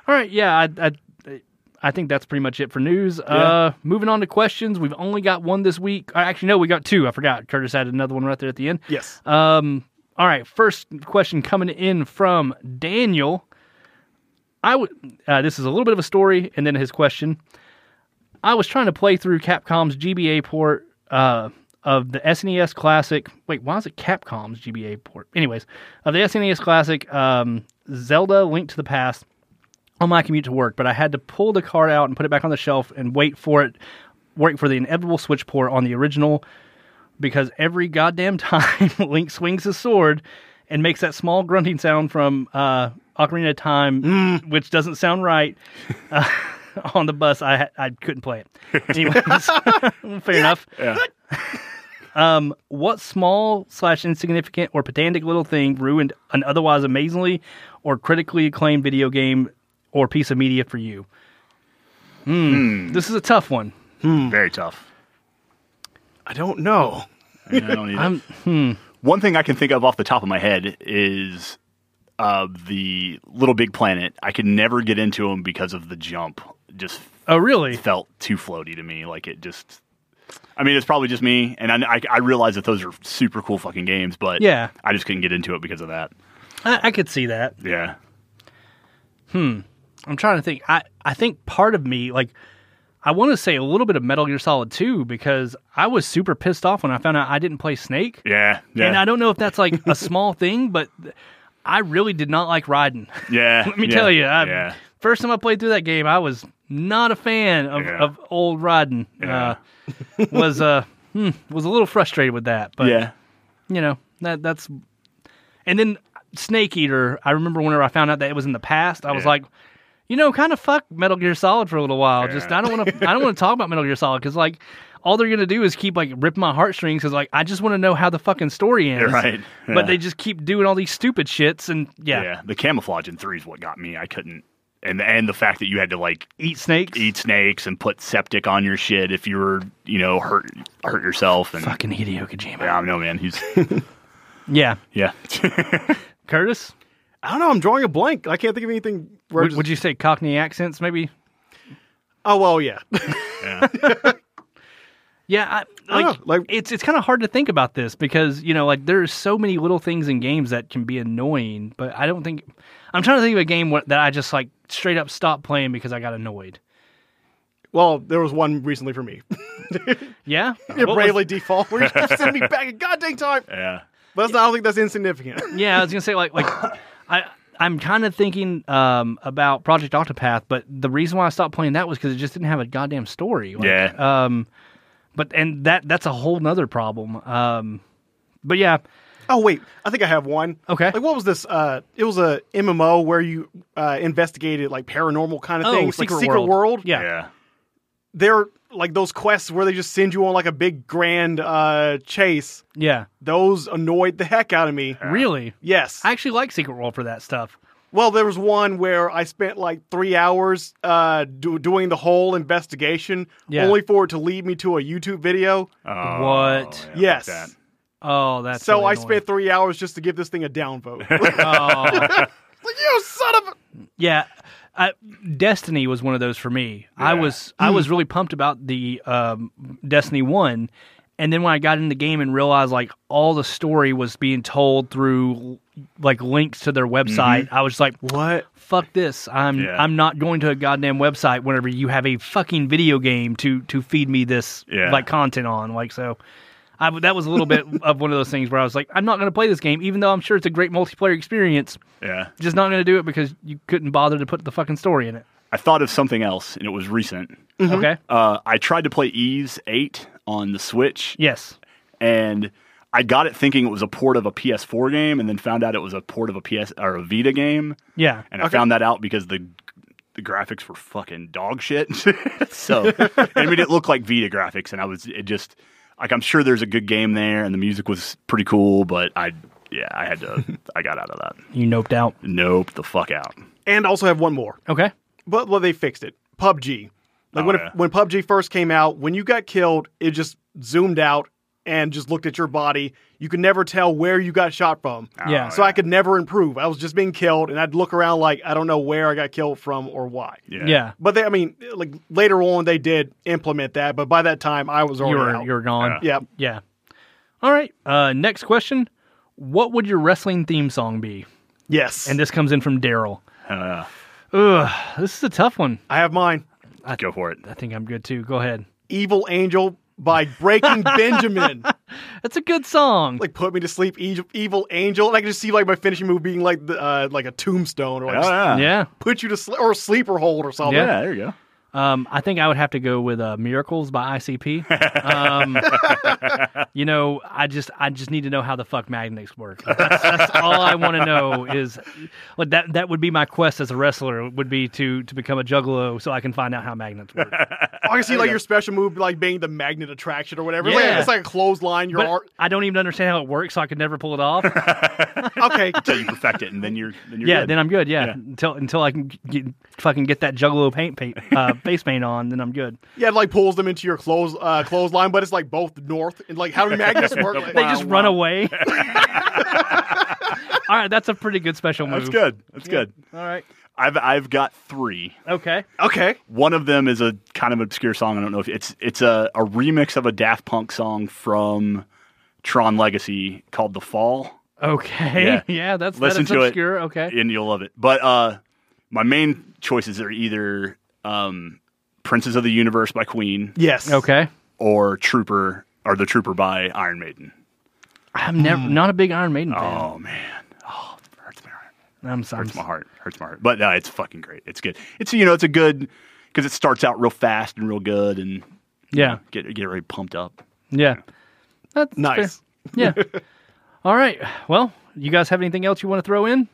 all right. Yeah, I, I, I think that's pretty much it for news. Uh, moving on to questions. We've only got one this week. Uh, Actually, no, we got two. I forgot. Curtis added another one right there at the end. Yes. Um, all right. First question coming in from Daniel. I would. Uh, this is a little bit of a story, and then his question. I was trying to play through Capcom's GBA port uh, of the SNES Classic. Wait, why is it Capcom's GBA port? Anyways, of the SNES Classic, um, Zelda: Link to the Past on my commute to work, but I had to pull the card out and put it back on the shelf and wait for it, wait for the inevitable switch port on the original because every goddamn time Link swings his sword and makes that small grunting sound from uh, Ocarina of Time, which doesn't sound right, uh, on the bus, I ha- I couldn't play it. Anyways, fair enough. Yeah. Um, what small slash insignificant or pedantic little thing ruined an otherwise amazingly or critically acclaimed video game or piece of media for you? Hmm. This is a tough one. um, Very tough. I don't know. I don't either. I'm- hmm. One thing I can think of off the top of my head is uh, the Little Big Planet. I could never get into them because of the jump. Just Oh, really? felt too floaty to me. Like it just. I mean, it's probably just me, and I, I, I realize that those are super cool fucking games, but Yeah. I just couldn't get into it because of that. I, I could see that. Yeah, I'm trying to think. I, I think part of me, like, I want to say a little bit of Metal Gear Solid 2 because I was super pissed off when I found out I didn't play Snake. yeah, yeah. And I don't know if that's like a small thing, but th- I really did not like riding. yeah, Let me yeah, tell you, I, yeah, first time I played through that game, I was not a fan of, Yeah. of old riding. Yeah. Uh, was uh, hmm, was a little frustrated with that, but yeah, you know that that's and then snake eater i remember whenever i found out that it was in the past i was Yeah. like you know kind of fuck metal gear solid for a little while just Yeah. i don't want to i don't want to talk about metal gear solid because like all they're gonna do is keep like ripping my heartstrings because like i just want to know how the fucking story ends right. Yeah. but they just keep doing all these stupid shits and yeah, yeah. The camouflage in three is what got me. I couldn't, and and the fact that you had to like eat snakes eat snakes and put septic on your shit if you were, you know, hurt hurt yourself and fucking hideo kojima yeah, I know, man. He's yeah yeah. curtis I don't know. I'm drawing a blank. I can't think of anything. Where would, would you say cockney accents maybe Oh well, yeah. Yeah. Yeah, I, like, Oh, like- it's it's kind of hard to think about this because you know like there are so many little things in games that can be annoying, but I don't think I'm trying to think of a game where, that I just like straight up stopped playing because I got annoyed. well, there was one recently for me. Yeah, It What was- bravely default. Where you kept sending me back a goddamn time. yeah. But that's not, I don't think that's insignificant. yeah, I was gonna say like like I I'm kind of thinking um, about Project Octopath, but the reason why I stopped playing that was because it just didn't have a goddamn story. Like, Yeah. Um, but and that that's a whole nother problem. Um, but yeah, Oh wait, I think I have one. Okay. Like what was this? Uh, it was a MMO where you uh, investigated like paranormal kind of Oh, things, Secret like Secret World. World. Yeah. Yeah. They're like those quests where they just send you on like a big grand uh, chase. yeah, Those annoyed the heck out of me. really, Yes. I actually like Secret World for that stuff. well, there was one where I spent like three hours uh, do- doing the whole investigation, Yeah. only for it to lead me to a YouTube video. Oh, What? fuck Yes. that. Oh, that's so really I annoying. spent three hours just to give this thing a downvote. like, Oh. you son of a. Yeah, I, Destiny was one of those for me. I Yeah. Hmm. was I was really pumped about the um, Destiny one, and then when I got in the game and realized like all the story was being told through like links to their website, I was just like, What? "Fuck this! I'm Mm-hmm. Yeah. I'm not going to a goddamn website whenever you have a fucking video game to to feed me this Yeah. like content on." Like so. I, that was a little bit of one of those things where I was like, I'm not going to play this game, even though I'm sure it's a great multiplayer experience Yeah. just not going to do it because you couldn't bother to put the fucking story in it. I thought of something else, and it was recent. Okay. Uh, I tried to play Ease 8 on the Switch, Yes. and I got it thinking it was a port of a PS4 game, and then found out it was a port of a PS or a Vita game. Yeah. And I found that out because the the graphics were fucking dog shit. so I mean, it looked like Vita graphics, and I was it just like I'm sure there's a good game there, and the music was pretty cool, but I yeah I had to I got out of that. You noped out. Nope, the fuck out. And also have one more. Okay. But well, they fixed it. PUBG. Like Oh, when yeah. when PUBG first came out, when you got killed, it just zoomed out and just looked at your body. You could never tell where you got shot from. Oh, yeah. So I could never improve. I was just being killed, and I'd look around like I don't know where I got killed from or why. yeah. But they, I mean, like later on they did implement that, but by that time I was You already were out. you were gone. yeah. Yeah. All right. Uh, next question. What would your wrestling theme song be? Yes. And And this comes in from Daryl. Uh, Ugh, this is a tough one. I have mine. go for it. I think I'm good too. Go ahead. Evil Angel by Breaking Benjamin. That's a good song. like put me to sleep, e- evil angel, and I can just see like my finishing move being like the, uh, like a tombstone or like Oh, just yeah. yeah. put you to sleep or sleeper hold or something. Yeah, there you go. Um, I think I would have to go with uh, "Miracles" by ICP. Um, you know, I just I just need to know how the fuck magnets work. That's, that's all I want to know is, like that that would be my quest as a wrestler would be to to become a juggalo so I can find out how magnets work. I can see like your special move like being the magnet attraction or whatever. It's like- Yeah. It's, like, a clothesline. Your But art. I don't even understand how it works, so I could never pull it off. Okay, Until you perfect it, and then you're then you're yeah, good. then I'm good. Yeah, until until I can get, fucking get that juggalo paint paint uh, face paint on, then I'm good. yeah, it like pulls them into your clothes uh, clothesline, but it's like both north and like how do magnets work? Like, They just run away. All right, that's a pretty good special move. That's good. That's good. All right. I've I've got three. Okay. Okay, One of them is a kind of obscure song. I don't know if it's it's a, a remix of a Daft Punk song from Tron Legacy called "The Fall," Okay. Yeah, Yeah. that's Listen that's to it. obscure. Okay. and you'll love it. But uh, my main choices are either um, "Princes of the Universe" by Queen yes, Okay. or "Trooper" or "The Trooper" by Iron Maiden. I'm never not a big Iron Maiden fan. Hmm. Oh man, oh it hurts my heart. I'm sorry. Hurts my heart. Hurts my heart. But no, it's fucking great. It's good. It's you know it's a good because it starts out real fast and real good and Yeah. get get really pumped up. Yeah. That's fair. Nice. Yeah. All right. Well, you guys have anything else you want to throw in?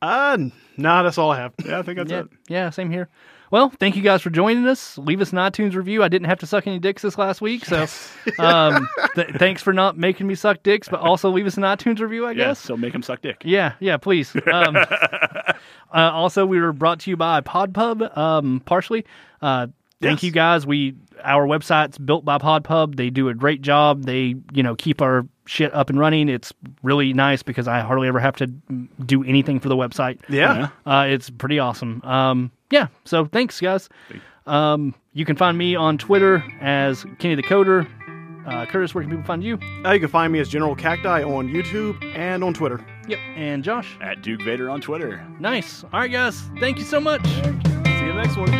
Uh, nah, that's all I have. Yeah, I think that's Yeah. it. Yeah. Same here. Well, thank you guys for joining us. Leave us an iTunes review. I didn't have to suck any dicks this last week, so um, th- thanks for not making me suck dicks, but also leave us an iTunes review, I Yeah, guess. so make him suck dick. Yeah, yeah, please. Um, uh, also, we were brought to you by PodPub, um, partially. Uh, thank Yes. you guys. We our website's built by PodPub. They do a great job. They you know keep our shit up and running. It's really nice because I hardly ever have to do anything for the website. Yeah. Yeah. Uh, it's pretty awesome. Um, yeah, so thanks, guys. Um, you can find me on Twitter as Kenny the Coder. Uh, Curtis, where can people find you? Uh, you can find me as General Cacti on YouTube and on Twitter. Yep. And Josh. At Duke Vader on Twitter. Nice. All right, guys. Thank you so much. See you next one.